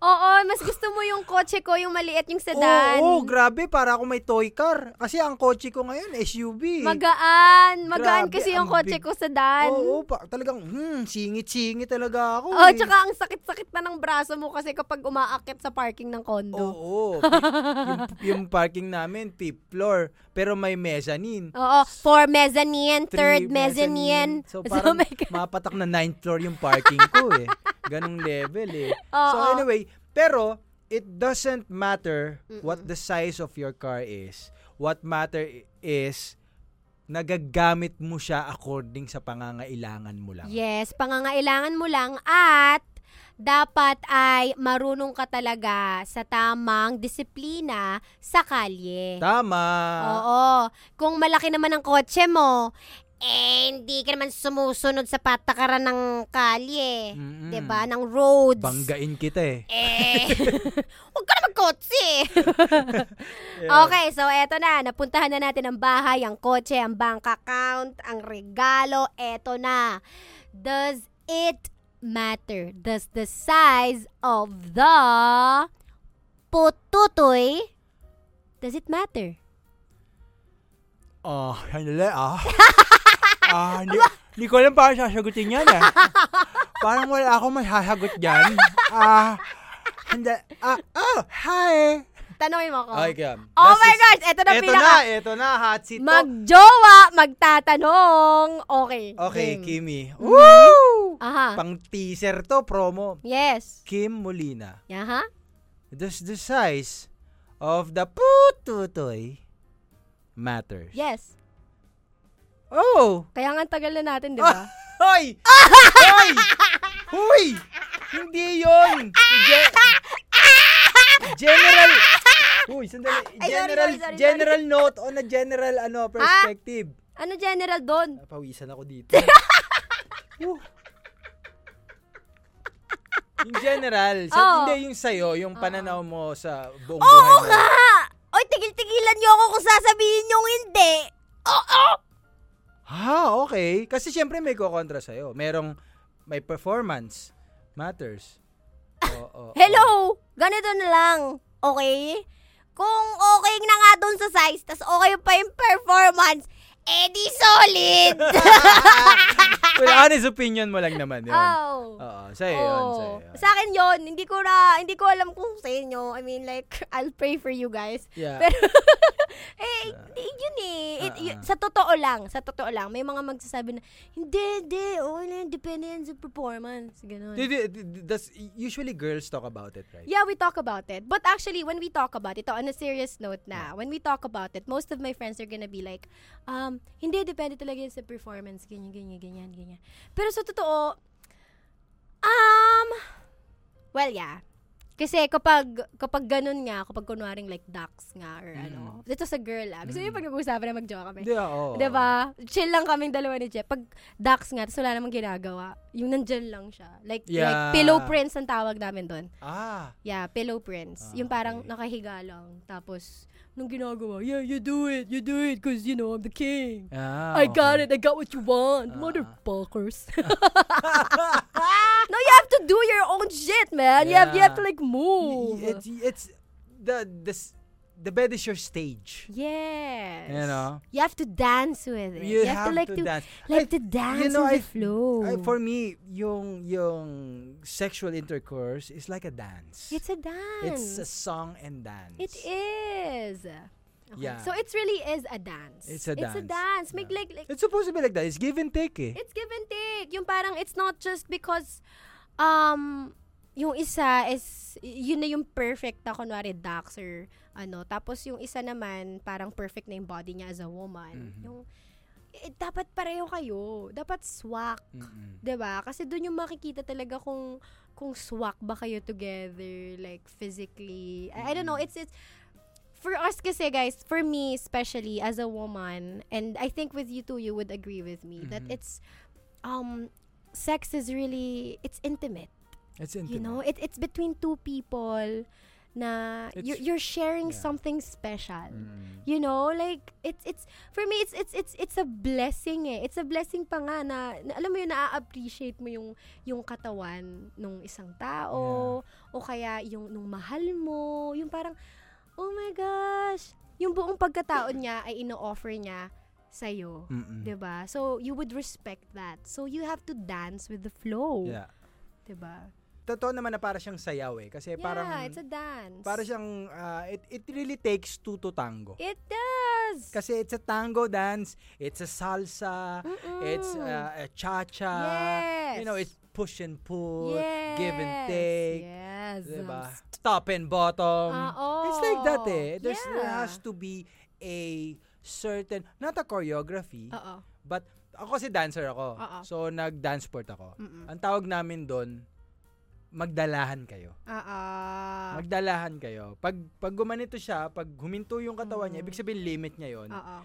Speaker 2: Oo, mas gusto mo yung kotse ko, yung maliit, yung
Speaker 1: Oo,
Speaker 2: sedan.
Speaker 1: oo, grabe, para ako may toy car. Kasi ang kotse ko ngayon, SUV.
Speaker 2: magaan. Magaan
Speaker 1: Grabe,
Speaker 2: kasi
Speaker 1: ang
Speaker 2: yung kotse
Speaker 1: big-
Speaker 2: ko, sedan.
Speaker 1: Oo, pa, talagang, hmm, singit-singit talaga ako. eh.
Speaker 2: Oh, tsaka ang sakit-sakit pa ng braso mo kasi kapag umaakit sa parking ng kondo.
Speaker 1: Oo, pi- yung, yung parking namin, fifth floor, pero may mezzanine.
Speaker 2: Oo, for mezzanine,
Speaker 1: Three
Speaker 2: third mezzanine. (laughs)
Speaker 1: So parang
Speaker 2: my God.
Speaker 1: mapatak na ninth floor yung parking ko eh. Ganong level eh. so
Speaker 2: Oo.
Speaker 1: anyway, pero it doesn't matter what
Speaker 2: Mm-mm.
Speaker 1: the size of your car is. What matter i- is nagagamit mo siya according sa pangangailangan mo lang.
Speaker 2: Yes, pangangailangan mo lang at dapat ay marunong ka talaga sa tamang disiplina sa kalye.
Speaker 1: Tama.
Speaker 2: Oo. Kung malaki naman ang kotse mo, eh, hindi ka naman sumusunod sa patakaran ng kalye.
Speaker 1: Mm-mm.
Speaker 2: 'di ba Ng roads.
Speaker 1: Banggain kita eh.
Speaker 2: Eh, (laughs) huwag ka na magkotse.
Speaker 1: Yeah.
Speaker 2: okay, so eto na. Napuntahan na natin ang bahay, ang kotse, ang bank account, ang regalo. Eto na. Does it matter? Does the size of the pututoy, does it matter?
Speaker 1: Ah, hindi
Speaker 2: (laughs)
Speaker 1: ah. ah, hindi, hindi ko alam paano sasagutin yan eh. Parang wala akong masasagot dyan. Ah, hindi, ah, oh, hi.
Speaker 2: Tanungin mo ko.
Speaker 1: God.
Speaker 2: oh my gosh, eto na
Speaker 1: Ito
Speaker 2: pinaka.
Speaker 1: na, ito na, hot seat to.
Speaker 2: Magjowa, magtatanong. Okay.
Speaker 1: Okay,
Speaker 2: game.
Speaker 1: Kimi. Woo!
Speaker 2: Aha.
Speaker 1: Pang teaser to, promo.
Speaker 2: Yes.
Speaker 1: Kim Molina.
Speaker 2: Aha.
Speaker 1: Does the size of the pututoy matters?
Speaker 2: Yes.
Speaker 1: Oh!
Speaker 2: Kaya nga ang tagal na natin, di
Speaker 1: Ah!
Speaker 2: ba?
Speaker 1: (laughs) Hoy! Hoy! Hoy! Hindi yun! Ge- general... Hoy, sandali.
Speaker 2: Ay, sorry,
Speaker 1: General,
Speaker 2: sorry, Ah! sorry,
Speaker 1: general note on a general ano perspective.
Speaker 2: Ano general doon?
Speaker 1: Napawisan ako
Speaker 2: (laughs)
Speaker 1: dito. Whew. yung general, sa,
Speaker 2: Oo.
Speaker 1: hindi yung sa'yo, yung pananaw mo sa buong
Speaker 2: Oo
Speaker 1: buhay mo.
Speaker 2: nga! Oy, tigil-tigilan niyo ako kung sasabihin yung hindi. Oo!
Speaker 1: Ha, Ah, okay. Kasi siyempre may kokontra sa'yo. Merong, may performance. Matters. Oo, oo,
Speaker 2: (laughs) Hello! Ganito na lang. Okay? Kung okay na nga doon sa size, tas okay pa yung performance, eh di solid! (laughs)
Speaker 1: well, honest opinion mo lang naman (laughs) yun.
Speaker 2: oh.
Speaker 1: Oo, sa'yo yun, sa'yo
Speaker 2: Oh.
Speaker 1: yun.
Speaker 2: Sa akin yon hindi ko na, hindi ko alam kung sa inyo. I mean, like, (laughs) I'll pray for you guys.
Speaker 1: Yeah.
Speaker 2: Pero, eh,
Speaker 1: Uh-huh.
Speaker 2: hindi, yun eh. It-
Speaker 1: Ah,
Speaker 2: yun-
Speaker 1: ah.
Speaker 2: sa totoo lang, sa totoo lang, may mga magsasabi na, hindi, hindi, okay na yun, depende yan sa performance. Ganun.
Speaker 1: Di- di- di- that's- usually girls talk about it, right?
Speaker 2: Yeah, we talk about it. But actually, when we talk about it, oh, on a serious note na, when we talk about it, most of my friends are gonna be like, um, hindi, depende talaga yun sa performance, ganyan, ganyan, ganyan, ganyan. Pero sa totoo, um, well, yeah. Kasi kapag, kapag ganun nga, kapag kunwaring like ducks nga or ano, dito sa girl ah, gusto niyo pag nag-uusapan na mag-joke kami.
Speaker 1: Hindi, oo.
Speaker 2: Di ba? Chill lang kaming dalawa ni Jeff. Pag ducks nga, tapos wala namang ginagawa, yung nandyan lang siya. Like,
Speaker 1: Yeah.
Speaker 2: like pillow prince ang tawag namin doon.
Speaker 1: Ah,
Speaker 2: Yeah, pillow prints.
Speaker 1: Ah,
Speaker 2: yung parang
Speaker 1: okay.
Speaker 2: nakahiga lang. Tapos, nung ginagawa, yeah, you do it, you do it, cause you know, I'm the king.
Speaker 1: ah,
Speaker 2: I got
Speaker 1: okay.
Speaker 2: it, I got what you want,
Speaker 1: Ah. (laughs)
Speaker 2: motherfuckers. (laughs) no, you have to do your own shit, man. You, have, you
Speaker 1: Yeah.
Speaker 2: have to like
Speaker 1: Y-
Speaker 2: move.
Speaker 1: y- it's, it's, the, the, s- the bed is your stage.
Speaker 2: yes.
Speaker 1: You know?
Speaker 2: You have to dance with it. You, have, to like to,
Speaker 1: dance.
Speaker 2: like
Speaker 1: I-
Speaker 2: to dance
Speaker 1: you know,
Speaker 2: with
Speaker 1: I,
Speaker 2: the flow.
Speaker 1: I- for me, yung, yung sexual intercourse is like a dance.
Speaker 2: it's a dance.
Speaker 1: It's a song and dance.
Speaker 2: It is. Okay.
Speaker 1: Yeah.
Speaker 2: So it really is a dance.
Speaker 1: It's a
Speaker 2: It's a
Speaker 1: dance.
Speaker 2: dance. Make
Speaker 1: Yeah.
Speaker 2: like, like
Speaker 1: It's supposed to be like that. It's give and take eh.
Speaker 2: it's give and take. Yung parang it's not just because um yung isa is y- yun na yung perfect na kunwari doxer ano. Tapos yung isa naman, parang perfect na yung body niya as a woman.
Speaker 1: Mhm.
Speaker 2: Yung, eh, dapat pareho kayo. Dapat swak.
Speaker 1: Mm-mm.
Speaker 2: 'Di ba? Diba? Kasi doon yung makikita talaga kung kung swak ba kayo together like physically. I, I don't
Speaker 1: Mm.
Speaker 2: know, it's it's for us kasi guys, for me especially as a woman and I think with you too you would agree with me that
Speaker 1: Mhm.
Speaker 2: it's um sex is really it's intimate,
Speaker 1: It's intimate.
Speaker 2: you know? It it's between two people na you're,
Speaker 1: It's-
Speaker 2: you're sharing
Speaker 1: yeah.
Speaker 2: something special.
Speaker 1: Mm.
Speaker 2: You know, like it's it's for me it's it's it's it's a blessing eh. It's a blessing pa nga na, na alam mo yun na-appreciate mo yung yung katawan nung isang tao o kaya yung nung mahal mo, yung parang oh my gosh, yung buong pagkataon niya ay ino-offer niya sa iyo.
Speaker 1: Mm-mm.
Speaker 2: 'Di ba? So you would respect that. So you have to dance with the flow,
Speaker 1: Yeah.
Speaker 2: 'di ba?
Speaker 1: Totoo naman na para siyang sayaw eh. Kasi
Speaker 2: yeah,
Speaker 1: parang,
Speaker 2: it's a dance.
Speaker 1: para siyang, ah, it, it really takes two to tango.
Speaker 2: It does.
Speaker 1: Kasi it's a tango dance, it's a salsa,
Speaker 2: Mm-mm.
Speaker 1: it's ah, a cha-cha.
Speaker 2: Mm. Yes.
Speaker 1: You know, it's push and pull,
Speaker 2: yes.
Speaker 1: give and take.
Speaker 2: Yes.
Speaker 1: Diba?
Speaker 2: Yes.
Speaker 1: Top and bottom.
Speaker 2: Ah,
Speaker 1: It's like that
Speaker 2: oh.
Speaker 1: eh. There's, There
Speaker 2: Yeah.
Speaker 1: has to be a certain, not a choreography,
Speaker 2: Oo.
Speaker 1: but ako kasi dancer ako.
Speaker 2: Oo.
Speaker 1: So, nag-dance sport ako.
Speaker 2: Mm-mm.
Speaker 1: Ang tawag namin doon, magdalahan kayo.
Speaker 2: Oo. Ah.
Speaker 1: Magdalahan kayo. Pag, pag gumanito siya, pag huminto yung katawan niya,
Speaker 2: Mm. Ah.
Speaker 1: ibig sabihin limit niya yon.
Speaker 2: Oo.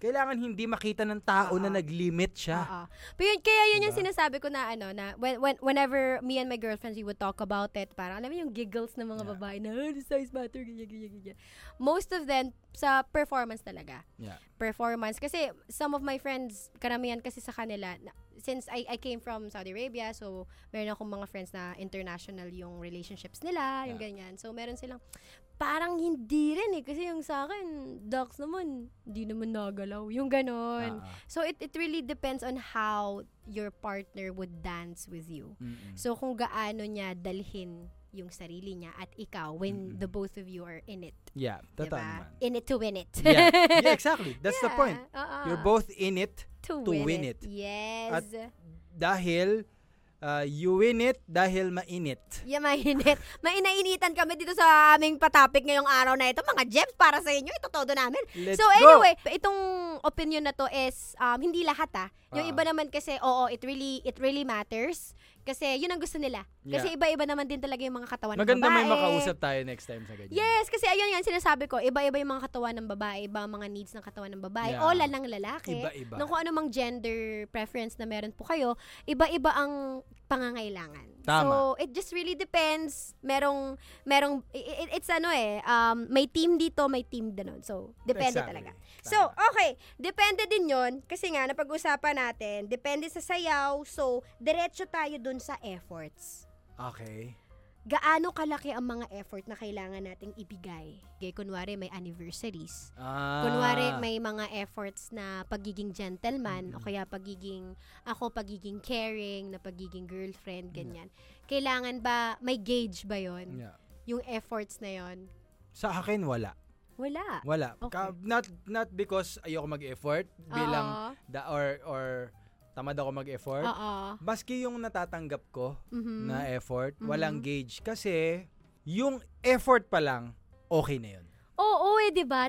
Speaker 1: Kailangan hindi makita ng tao
Speaker 2: Oo.
Speaker 1: na nag-limit siya.
Speaker 2: Oo. Pero yun, kaya yun yung
Speaker 1: Diba?
Speaker 2: sinasabi ko na ano, na when, when, whenever me and my girlfriends, we would talk about it, parang alam mo yung giggles ng mga
Speaker 1: Yeah.
Speaker 2: babae na, oh, the size matter, ganyan, ganyan, ganyan. Most of them, sa performance talaga.
Speaker 1: Yeah.
Speaker 2: Performance. Kasi some of my friends, karamihan kasi sa kanila, na- since I, I came from Saudi Arabia, so meron akong mga friends na international yung relationships nila, yung
Speaker 1: Yeah.
Speaker 2: ganyan. So meron silang, parang hindi rin eh. Kasi yung sa akin, docs naman, hindi naman nagalaw. Yung ganon.
Speaker 1: Ah, ah.
Speaker 2: So it it really depends on how your partner would dance with you.
Speaker 1: Mm-mm.
Speaker 2: So kung gaano niya dalhin yung sarili niya at ikaw when
Speaker 1: Mm-mm.
Speaker 2: the both of you are in it.
Speaker 1: yeah, totoo
Speaker 2: diba?
Speaker 1: naman.
Speaker 2: In it to win it.
Speaker 1: Yeah.
Speaker 2: (laughs)
Speaker 1: yeah, exactly. That's the
Speaker 2: Yeah, Ah.
Speaker 1: point.
Speaker 2: oo.
Speaker 1: You're both in it
Speaker 2: to,
Speaker 1: win it.
Speaker 2: Yes.
Speaker 1: dahil uh, you win it dahil mainit.
Speaker 2: yeah, mainit. (laughs) Mainainitan kami dito sa aming patapik ngayong araw na ito. Mga gems para sa inyo. Ito todo namin.
Speaker 1: Let's
Speaker 2: so anyway, itong opinion na to is um, hindi lahat ah. Yung
Speaker 1: Ah.
Speaker 2: iba naman kasi oo, it really it really matters kasi yun ang gusto nila. Kasi
Speaker 1: Yeah.
Speaker 2: iba-iba naman din talaga yung mga katawan
Speaker 1: Maganda
Speaker 2: ng babae.
Speaker 1: may makausap tayo next time sa ganyan.
Speaker 2: Yes, kasi ayun yan sinasabi ko, iba-iba yung mga katawan ng babae, iba ang mga needs ng katawan ng babae,
Speaker 1: Yeah.
Speaker 2: o lalang lalaki.
Speaker 1: Iba-iba.
Speaker 2: Ng kung ano mang gender preference na meron po kayo, iba-iba ang pangangailangan.
Speaker 1: Tama.
Speaker 2: So, it just really depends. Merong, merong, i- i- it's ano eh, um, may team dito, may team doon. So, depende
Speaker 1: Exactly.
Speaker 2: talaga.
Speaker 1: Tama.
Speaker 2: So, okay. Depende din yon Kasi nga, napag-usapan natin, depende sa sayaw. So, diretso tayo dun sa efforts.
Speaker 1: okay.
Speaker 2: Gaano kalaki ang mga effort na kailangan nating ibigay? Okay, kunwari, may anniversaries.
Speaker 1: Ah. Mm-hmm.
Speaker 2: Kunwari, may mga efforts na pagiging gentleman o
Speaker 1: Mm-mm.
Speaker 2: kaya pagiging, ako, pagiging caring, na pagiging girlfriend, ganyan. Kailangan ba, may gauge ba yon
Speaker 1: Mm-hmm. Yeah.
Speaker 2: Yung efforts na yon
Speaker 1: Sa akin, wala.
Speaker 2: Wala.
Speaker 1: Wala.
Speaker 2: Okay. Ah.
Speaker 1: Ka- not not because ayoko mag-effort bilang da or or tamad ako
Speaker 2: Oo.
Speaker 1: mag-effort.
Speaker 2: Oo.
Speaker 1: Maski yung natatanggap ko
Speaker 2: Mhm.
Speaker 1: na effort,
Speaker 2: Mhm.
Speaker 1: walang gauge kasi yung effort pa lang okay na yun.
Speaker 2: Oo, eh, di ba?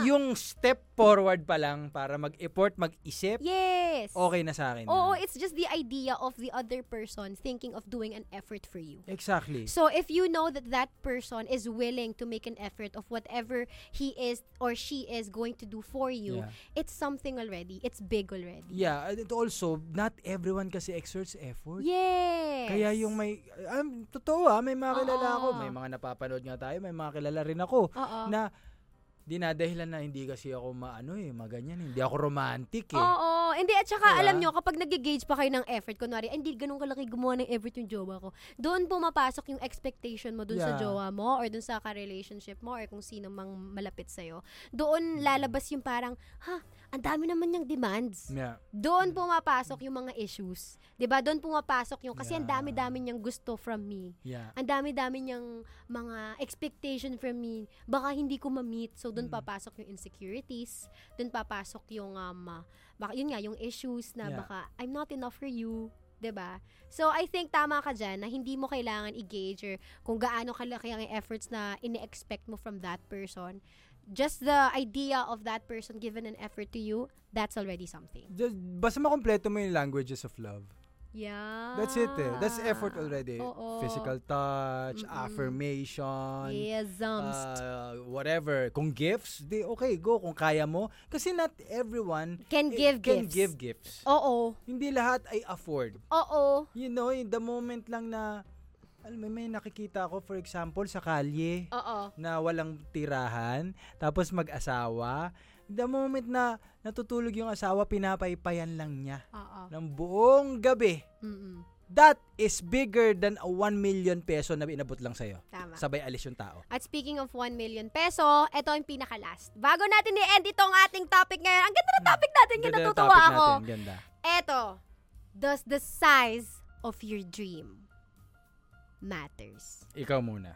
Speaker 1: Yung yung step forward pa lang para mag-effort, mag-isip,
Speaker 2: yes.
Speaker 1: okay na sa akin. yun.
Speaker 2: Oo, eh. it's just the idea of the other person thinking of doing an effort for you.
Speaker 1: Exactly.
Speaker 2: So if you know that that person is willing to make an effort of whatever he is or she is going to do for you,
Speaker 1: Yeah.
Speaker 2: it's something already. It's big already.
Speaker 1: Yeah, and it also, not everyone kasi exerts effort.
Speaker 2: Yes.
Speaker 1: Kaya yung may, ah, totoo ah, may mga kilala
Speaker 2: Oo.
Speaker 1: ako, may mga napapanood nga tayo, may mga kilala rin ako
Speaker 2: Oo.
Speaker 1: na dinadahilan na hindi kasi ako maano eh, maganyan, hindi ako romantic eh.
Speaker 2: Oo. Hindi, at saka
Speaker 1: Diba?
Speaker 2: alam nyo, kapag nag-gauge pa kayo ng effort, kunwari, "Ay, hindi ganun kalaki gumawa ng effort yung jowa ko, doon pumapasok yung expectation mo doon sa
Speaker 1: Yeah.
Speaker 2: jowa mo or doon sa ka-relationship mo or kung sino mang malapit sa'yo.
Speaker 1: Mm.
Speaker 2: Doon lalabas yung parang, ha, ang dami naman niyang demands.
Speaker 1: Yeah.
Speaker 2: Doon pumapasok yung mga issues. 'Di ba Doon pumapasok yung, kasi ang
Speaker 1: Yeah.
Speaker 2: dami-dami niyang gusto from me.
Speaker 1: Yeah.
Speaker 2: Ang dami-dami niyang mga expectation from me. Baka hindi ko ma-meet. So, doon
Speaker 1: Mm.
Speaker 2: papasok yung insecurities. Doon papasok yung, um, ah, baka, yun nga, yung issues na
Speaker 1: Yeah.
Speaker 2: baka, I'm not enough for you. 'Diba? So, I think tama ka dyan na hindi mo kailangan i-gauge or kung gaano kalaki ang efforts na ine-expect mo from that person. Just the idea of that person giving an effort to you, that's already something.
Speaker 1: Just, basta makompleto mo yung languages of love.
Speaker 2: Yeah.
Speaker 1: That's it eh. That's effort already.
Speaker 2: Ah. Oo.
Speaker 1: Physical touch,
Speaker 2: Mm-mm.
Speaker 1: affirmation,
Speaker 2: Yeah, zumst.
Speaker 1: uh, whatever. Kung gifts, di okay, go kung kaya mo. Kasi not everyone
Speaker 2: can
Speaker 1: eh,
Speaker 2: give
Speaker 1: can
Speaker 2: gifts. Oh.
Speaker 1: give gifts.
Speaker 2: Oo.
Speaker 1: Hindi lahat ay afford.
Speaker 2: Oo.
Speaker 1: You know, in the moment lang na, alam mo, may nakikita ako, for example, sa kalye,
Speaker 2: Oo.
Speaker 1: na walang tirahan, tapos mag-asawa. The moment na natutulog yung asawa, pinapaypayan lang niya
Speaker 2: Oo.
Speaker 1: ng buong gabi.
Speaker 2: Mm-mm.
Speaker 1: That is bigger than a 1 million peso na inabot lang sa'yo.
Speaker 2: Tama.
Speaker 1: Sabay alis yung tao.
Speaker 2: At speaking of 1 million peso, ito yung pinaka-last. Bago natin i-end itong ating topic ngayon, ang ganda na topic natin, kaya
Speaker 1: Hmm. Ganda ng
Speaker 2: natutuwa
Speaker 1: topic
Speaker 2: ako.
Speaker 1: Natin. Ganda.
Speaker 2: Ito, does the size of your dream matters?
Speaker 1: Ikaw muna.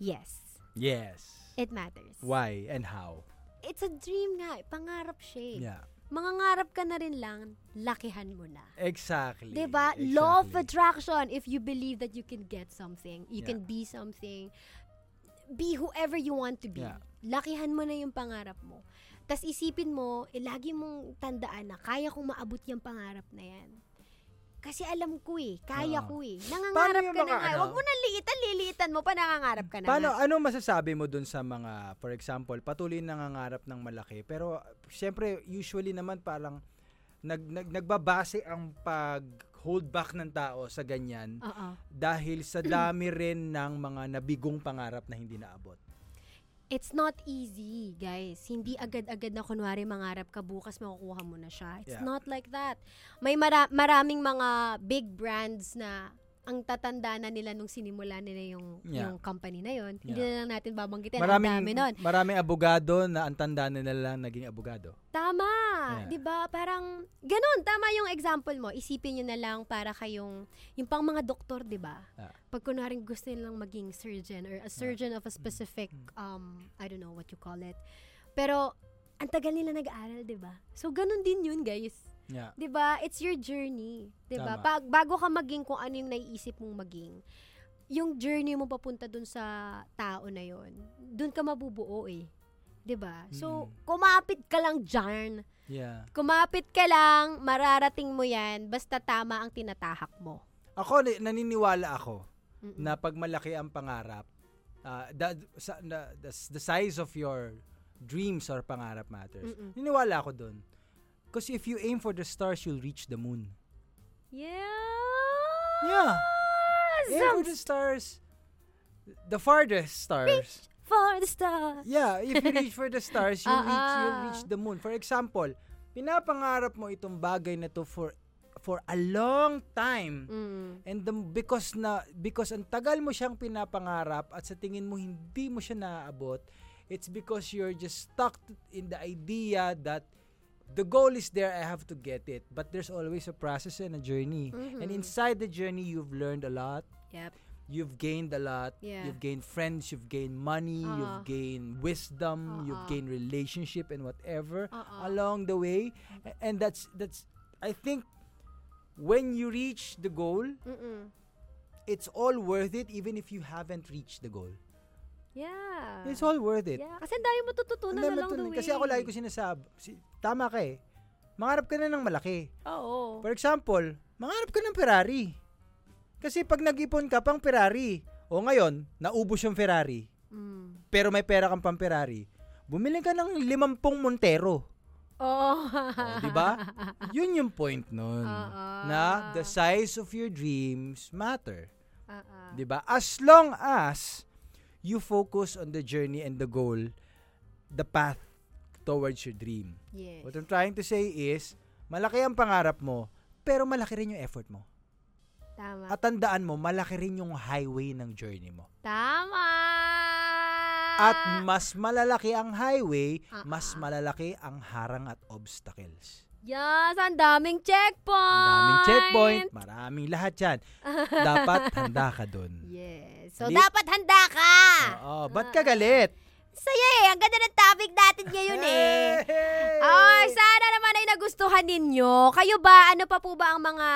Speaker 2: Yes,
Speaker 1: Yes.
Speaker 2: it matters.
Speaker 1: Why and how?
Speaker 2: It's a dream nga, eh. pangarap siya eh.
Speaker 1: Yeah.
Speaker 2: Mangangarap ka na rin lang, lakihan mo na.
Speaker 1: Exactly.
Speaker 2: 'Di ba?
Speaker 1: Exactly.
Speaker 2: Diba? Law of attraction. If you believe that you can get something, you
Speaker 1: Yeah.
Speaker 2: can be something, be whoever you want to be.
Speaker 1: Yeah.
Speaker 2: Lakihan mo na yung pangarap mo. Tapos isipin mo, eh, lagi mong tandaan na kaya kong maabot yung pangarap na yan. Kasi alam ko eh, kaya
Speaker 1: Oo.
Speaker 2: ko eh. Nangangarap
Speaker 1: Ah. yung
Speaker 2: ka na
Speaker 1: mga
Speaker 2: nga. eh.
Speaker 1: ano?
Speaker 2: Huwag mo na liitan, liliitan mo pa nangangarap ka na
Speaker 1: Paano,
Speaker 2: nga.
Speaker 1: ano masasabi mo dun sa mga, for example, patuloy nangangarap ng malaki, pero siyempre, usually naman parang nag, nag, nagbabase ang pag hold back ng tao sa ganyan
Speaker 2: Oo.
Speaker 1: dahil sa dami rin ng mga nabigong pangarap na hindi naabot.
Speaker 2: It's not easy, guys. Hindi agad-agad na kunwari mangarap ka bukas makukuha mo na siya. It's
Speaker 1: Yeah.
Speaker 2: not like that. May mara- maraming mga big brands na ang tatanda na nila nung sinimula nila yung
Speaker 1: Yeah.
Speaker 2: yung company na yon. Hindi
Speaker 1: Yeah.
Speaker 2: na lang natin babanggitin.
Speaker 1: Maraming,
Speaker 2: ang dami nun.
Speaker 1: maraming abogado na ang tanda na nila naging abogado.
Speaker 2: Tama!
Speaker 1: Yeah.
Speaker 2: 'Di ba Parang, ganun, tama yung example mo. Isipin nyo na lang para kayong, yung pang mga doktor, 'di ba
Speaker 1: Yeah.
Speaker 2: Pag kunwaring gusto nilang maging surgeon or a surgeon
Speaker 1: Mm.
Speaker 2: of a specific, um, I don't know what you call it. Pero, ang tagal nila nag-aaral, 'di ba So, ganun din yun, guys.
Speaker 1: Yeah.
Speaker 2: 'Di ba It's your journey. 'di ba
Speaker 1: Tama.
Speaker 2: Pag, bago ka maging kung ano yung naiisip mong maging, yung journey mo papunta dun sa tao na yon dun ka mabubuo eh. 'Di ba So,
Speaker 1: Mm.
Speaker 2: kumapit ka lang dyan.
Speaker 1: Yeah.
Speaker 2: Kumapit ka lang, mararating mo yan, basta tama ang tinatahak mo.
Speaker 1: Ako, ni- naniniwala ako
Speaker 2: Mm-mm.
Speaker 1: na pag malaki ang pangarap, ah, the, sa- na- the, the size of your dreams or pangarap matters.
Speaker 2: Mm-mm.
Speaker 1: Niniwala ako doon. Because if you aim for the stars, you'll reach the moon.
Speaker 2: Yeah!
Speaker 1: Yeah. Aim for
Speaker 2: Some
Speaker 1: the stars. The farthest stars.
Speaker 2: for the stars.
Speaker 1: Yeah, if you reach for the stars, you'll reach, you'll
Speaker 2: Ah, ah.
Speaker 1: reach the moon. For example, pinapangarap mo itong bagay na to for for a long time.
Speaker 2: Mm.
Speaker 1: And the, because na because ang tagal mo siyang pinapangarap at sa tingin mo hindi mo siya naaabot, it's because you're just stuck t- in the idea that the goal is there, I have to get it. But there's always a process and a journey.
Speaker 2: Mhm.
Speaker 1: And inside the journey, you've learned a lot.
Speaker 2: Yep.
Speaker 1: You've gained a lot.
Speaker 2: Yeah.
Speaker 1: You've gained friends, you've gained money, you've
Speaker 2: Oo.
Speaker 1: gained wisdom, you've
Speaker 2: Oo.
Speaker 1: gained relationship and whatever
Speaker 2: Oo.
Speaker 1: along the way. A- And that's that's I think when you reach the goal,
Speaker 2: Mm-mm.
Speaker 1: it's all worth it even if you haven't reached the goal.
Speaker 2: Yeah.
Speaker 1: It's all worth it.
Speaker 2: Ah. Yeah. Kasi ang dami mo
Speaker 1: Ang
Speaker 2: tututunan
Speaker 1: dami
Speaker 2: along the
Speaker 1: tunan-
Speaker 2: way.
Speaker 1: Kasi ako lagi ko sinasabi, si, tama ka eh. Mangarap ka na ng malaki.
Speaker 2: Oo.
Speaker 1: For example, mangarap ka ng Ferrari. Kasi pag nag-ipon ka pang Ferrari, o ngayon, naubos yung Ferrari,
Speaker 2: Mm.
Speaker 1: pero may pera kang pang Ferrari, bumili ka ng limampung Montero.
Speaker 2: Oo.
Speaker 1: O,
Speaker 2: (laughs)
Speaker 1: di ba? Yun yung point nun.
Speaker 2: Oo.
Speaker 1: Hmm. Na the size of your dreams matter.
Speaker 2: Oo.
Speaker 1: 'di ba? As long as you focus on the journey and the goal, the path towards your dream.
Speaker 2: Yes.
Speaker 1: What I'm trying to say is, malaki ang pangarap mo, pero malaki rin yung effort mo.
Speaker 2: Tama.
Speaker 1: At tandaan mo, malaki rin yung highway ng journey mo.
Speaker 2: Tama!
Speaker 1: At mas malalaki ang highway,
Speaker 2: Ah,
Speaker 1: mas
Speaker 2: ah.
Speaker 1: malalaki ang harang at obstacles.
Speaker 2: Yes, ang daming checkpoint!
Speaker 1: Ang daming checkpoint, maraming lahat
Speaker 2: (laughs)
Speaker 1: yan. Dapat handa ka dun.
Speaker 2: Yes. So,
Speaker 1: Hindi-
Speaker 2: dapat handa ka!
Speaker 1: Oo,
Speaker 2: Ah.
Speaker 1: ba't ka galit?
Speaker 2: Saya eh! Ang ganda ng topic natin ngayon eh!
Speaker 1: Hey!
Speaker 2: Ay, sana naman ay nakuha ninyo? Kayo ba, ano pa po ba ang mga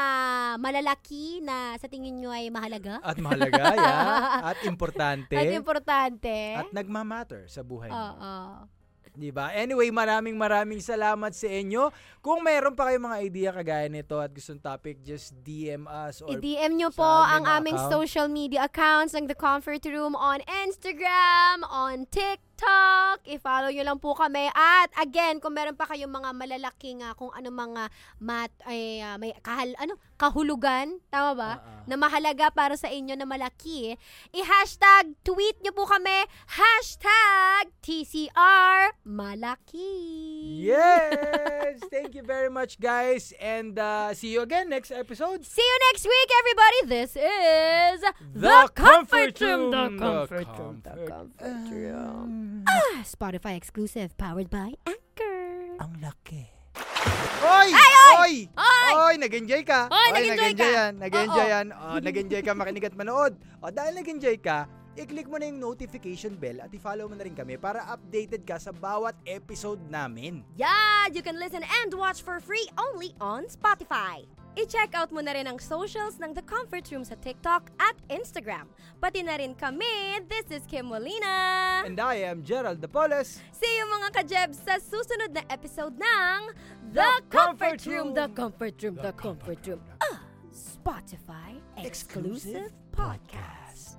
Speaker 2: malalaki na sa tingin nyo ay mahalaga?
Speaker 1: At mahalaga, yeah. (laughs) At importante.
Speaker 2: At
Speaker 1: At,
Speaker 2: importante?
Speaker 1: nagmamatter sa buhay mo.
Speaker 2: Oo.
Speaker 1: Di ba? Anyway, maraming maraming salamat sa inyo. Kung mayroon pa kayong mga idea kagaya nito at gustong topic, just DM us or
Speaker 2: I-DM nyo
Speaker 1: sa
Speaker 2: po
Speaker 1: aming
Speaker 2: ang
Speaker 1: mga
Speaker 2: aming
Speaker 1: account.
Speaker 2: social media accounts ng The Comfort Room on Instagram, on TikTok. I-follow nyo lang po kami. At again, kung meron pa kayong mga malalaking ah, kung ano mga mat, ay, ah, may kahal, ano, kahulugan, tama ba?
Speaker 1: Ah, ah.
Speaker 2: na mahalaga para sa inyo na malaki, i-hashtag tweet nyo po kami, hashtag TCR malaki.
Speaker 1: Yes! Thank you very much, guys. And uh, see you again next episode.
Speaker 2: See you next week, everybody. This is
Speaker 1: The Comfort Room.
Speaker 2: The
Speaker 1: The
Speaker 2: Comfort Room. The
Speaker 1: Comfort
Speaker 2: Comfort Room. Ah, Spotify exclusive, powered by Anchor.
Speaker 1: Ang laki. Oy! Ay, oy!
Speaker 2: Oy!
Speaker 1: Nag-enjoy ka.
Speaker 2: Oy, nag-enjoy
Speaker 1: nag-enjoy
Speaker 2: ka.
Speaker 1: Yan. Nag-enjoy
Speaker 2: Oo.
Speaker 1: yan. Oh, nag-enjoy ka makinig at manood. O, dahil nag-enjoy ka, i-click mo na yung notification bell at i-follow mo na rin kami para updated ka sa bawat episode namin.
Speaker 2: Yeah, you can listen and watch for free only on Spotify. I-check out mo na rin ang socials ng The Comfort Room sa TikTok at Instagram. Pati na rin kami, this is Kim Molina.
Speaker 1: And I am Gerald Dapoles.
Speaker 2: See you mga ka-Jeb sa susunod na episode ng The,
Speaker 1: Comfort
Speaker 2: Comfort Room,
Speaker 1: Room.
Speaker 2: The Comfort Room, The, Comfort Room. Ah, Spotify exclusive podcast.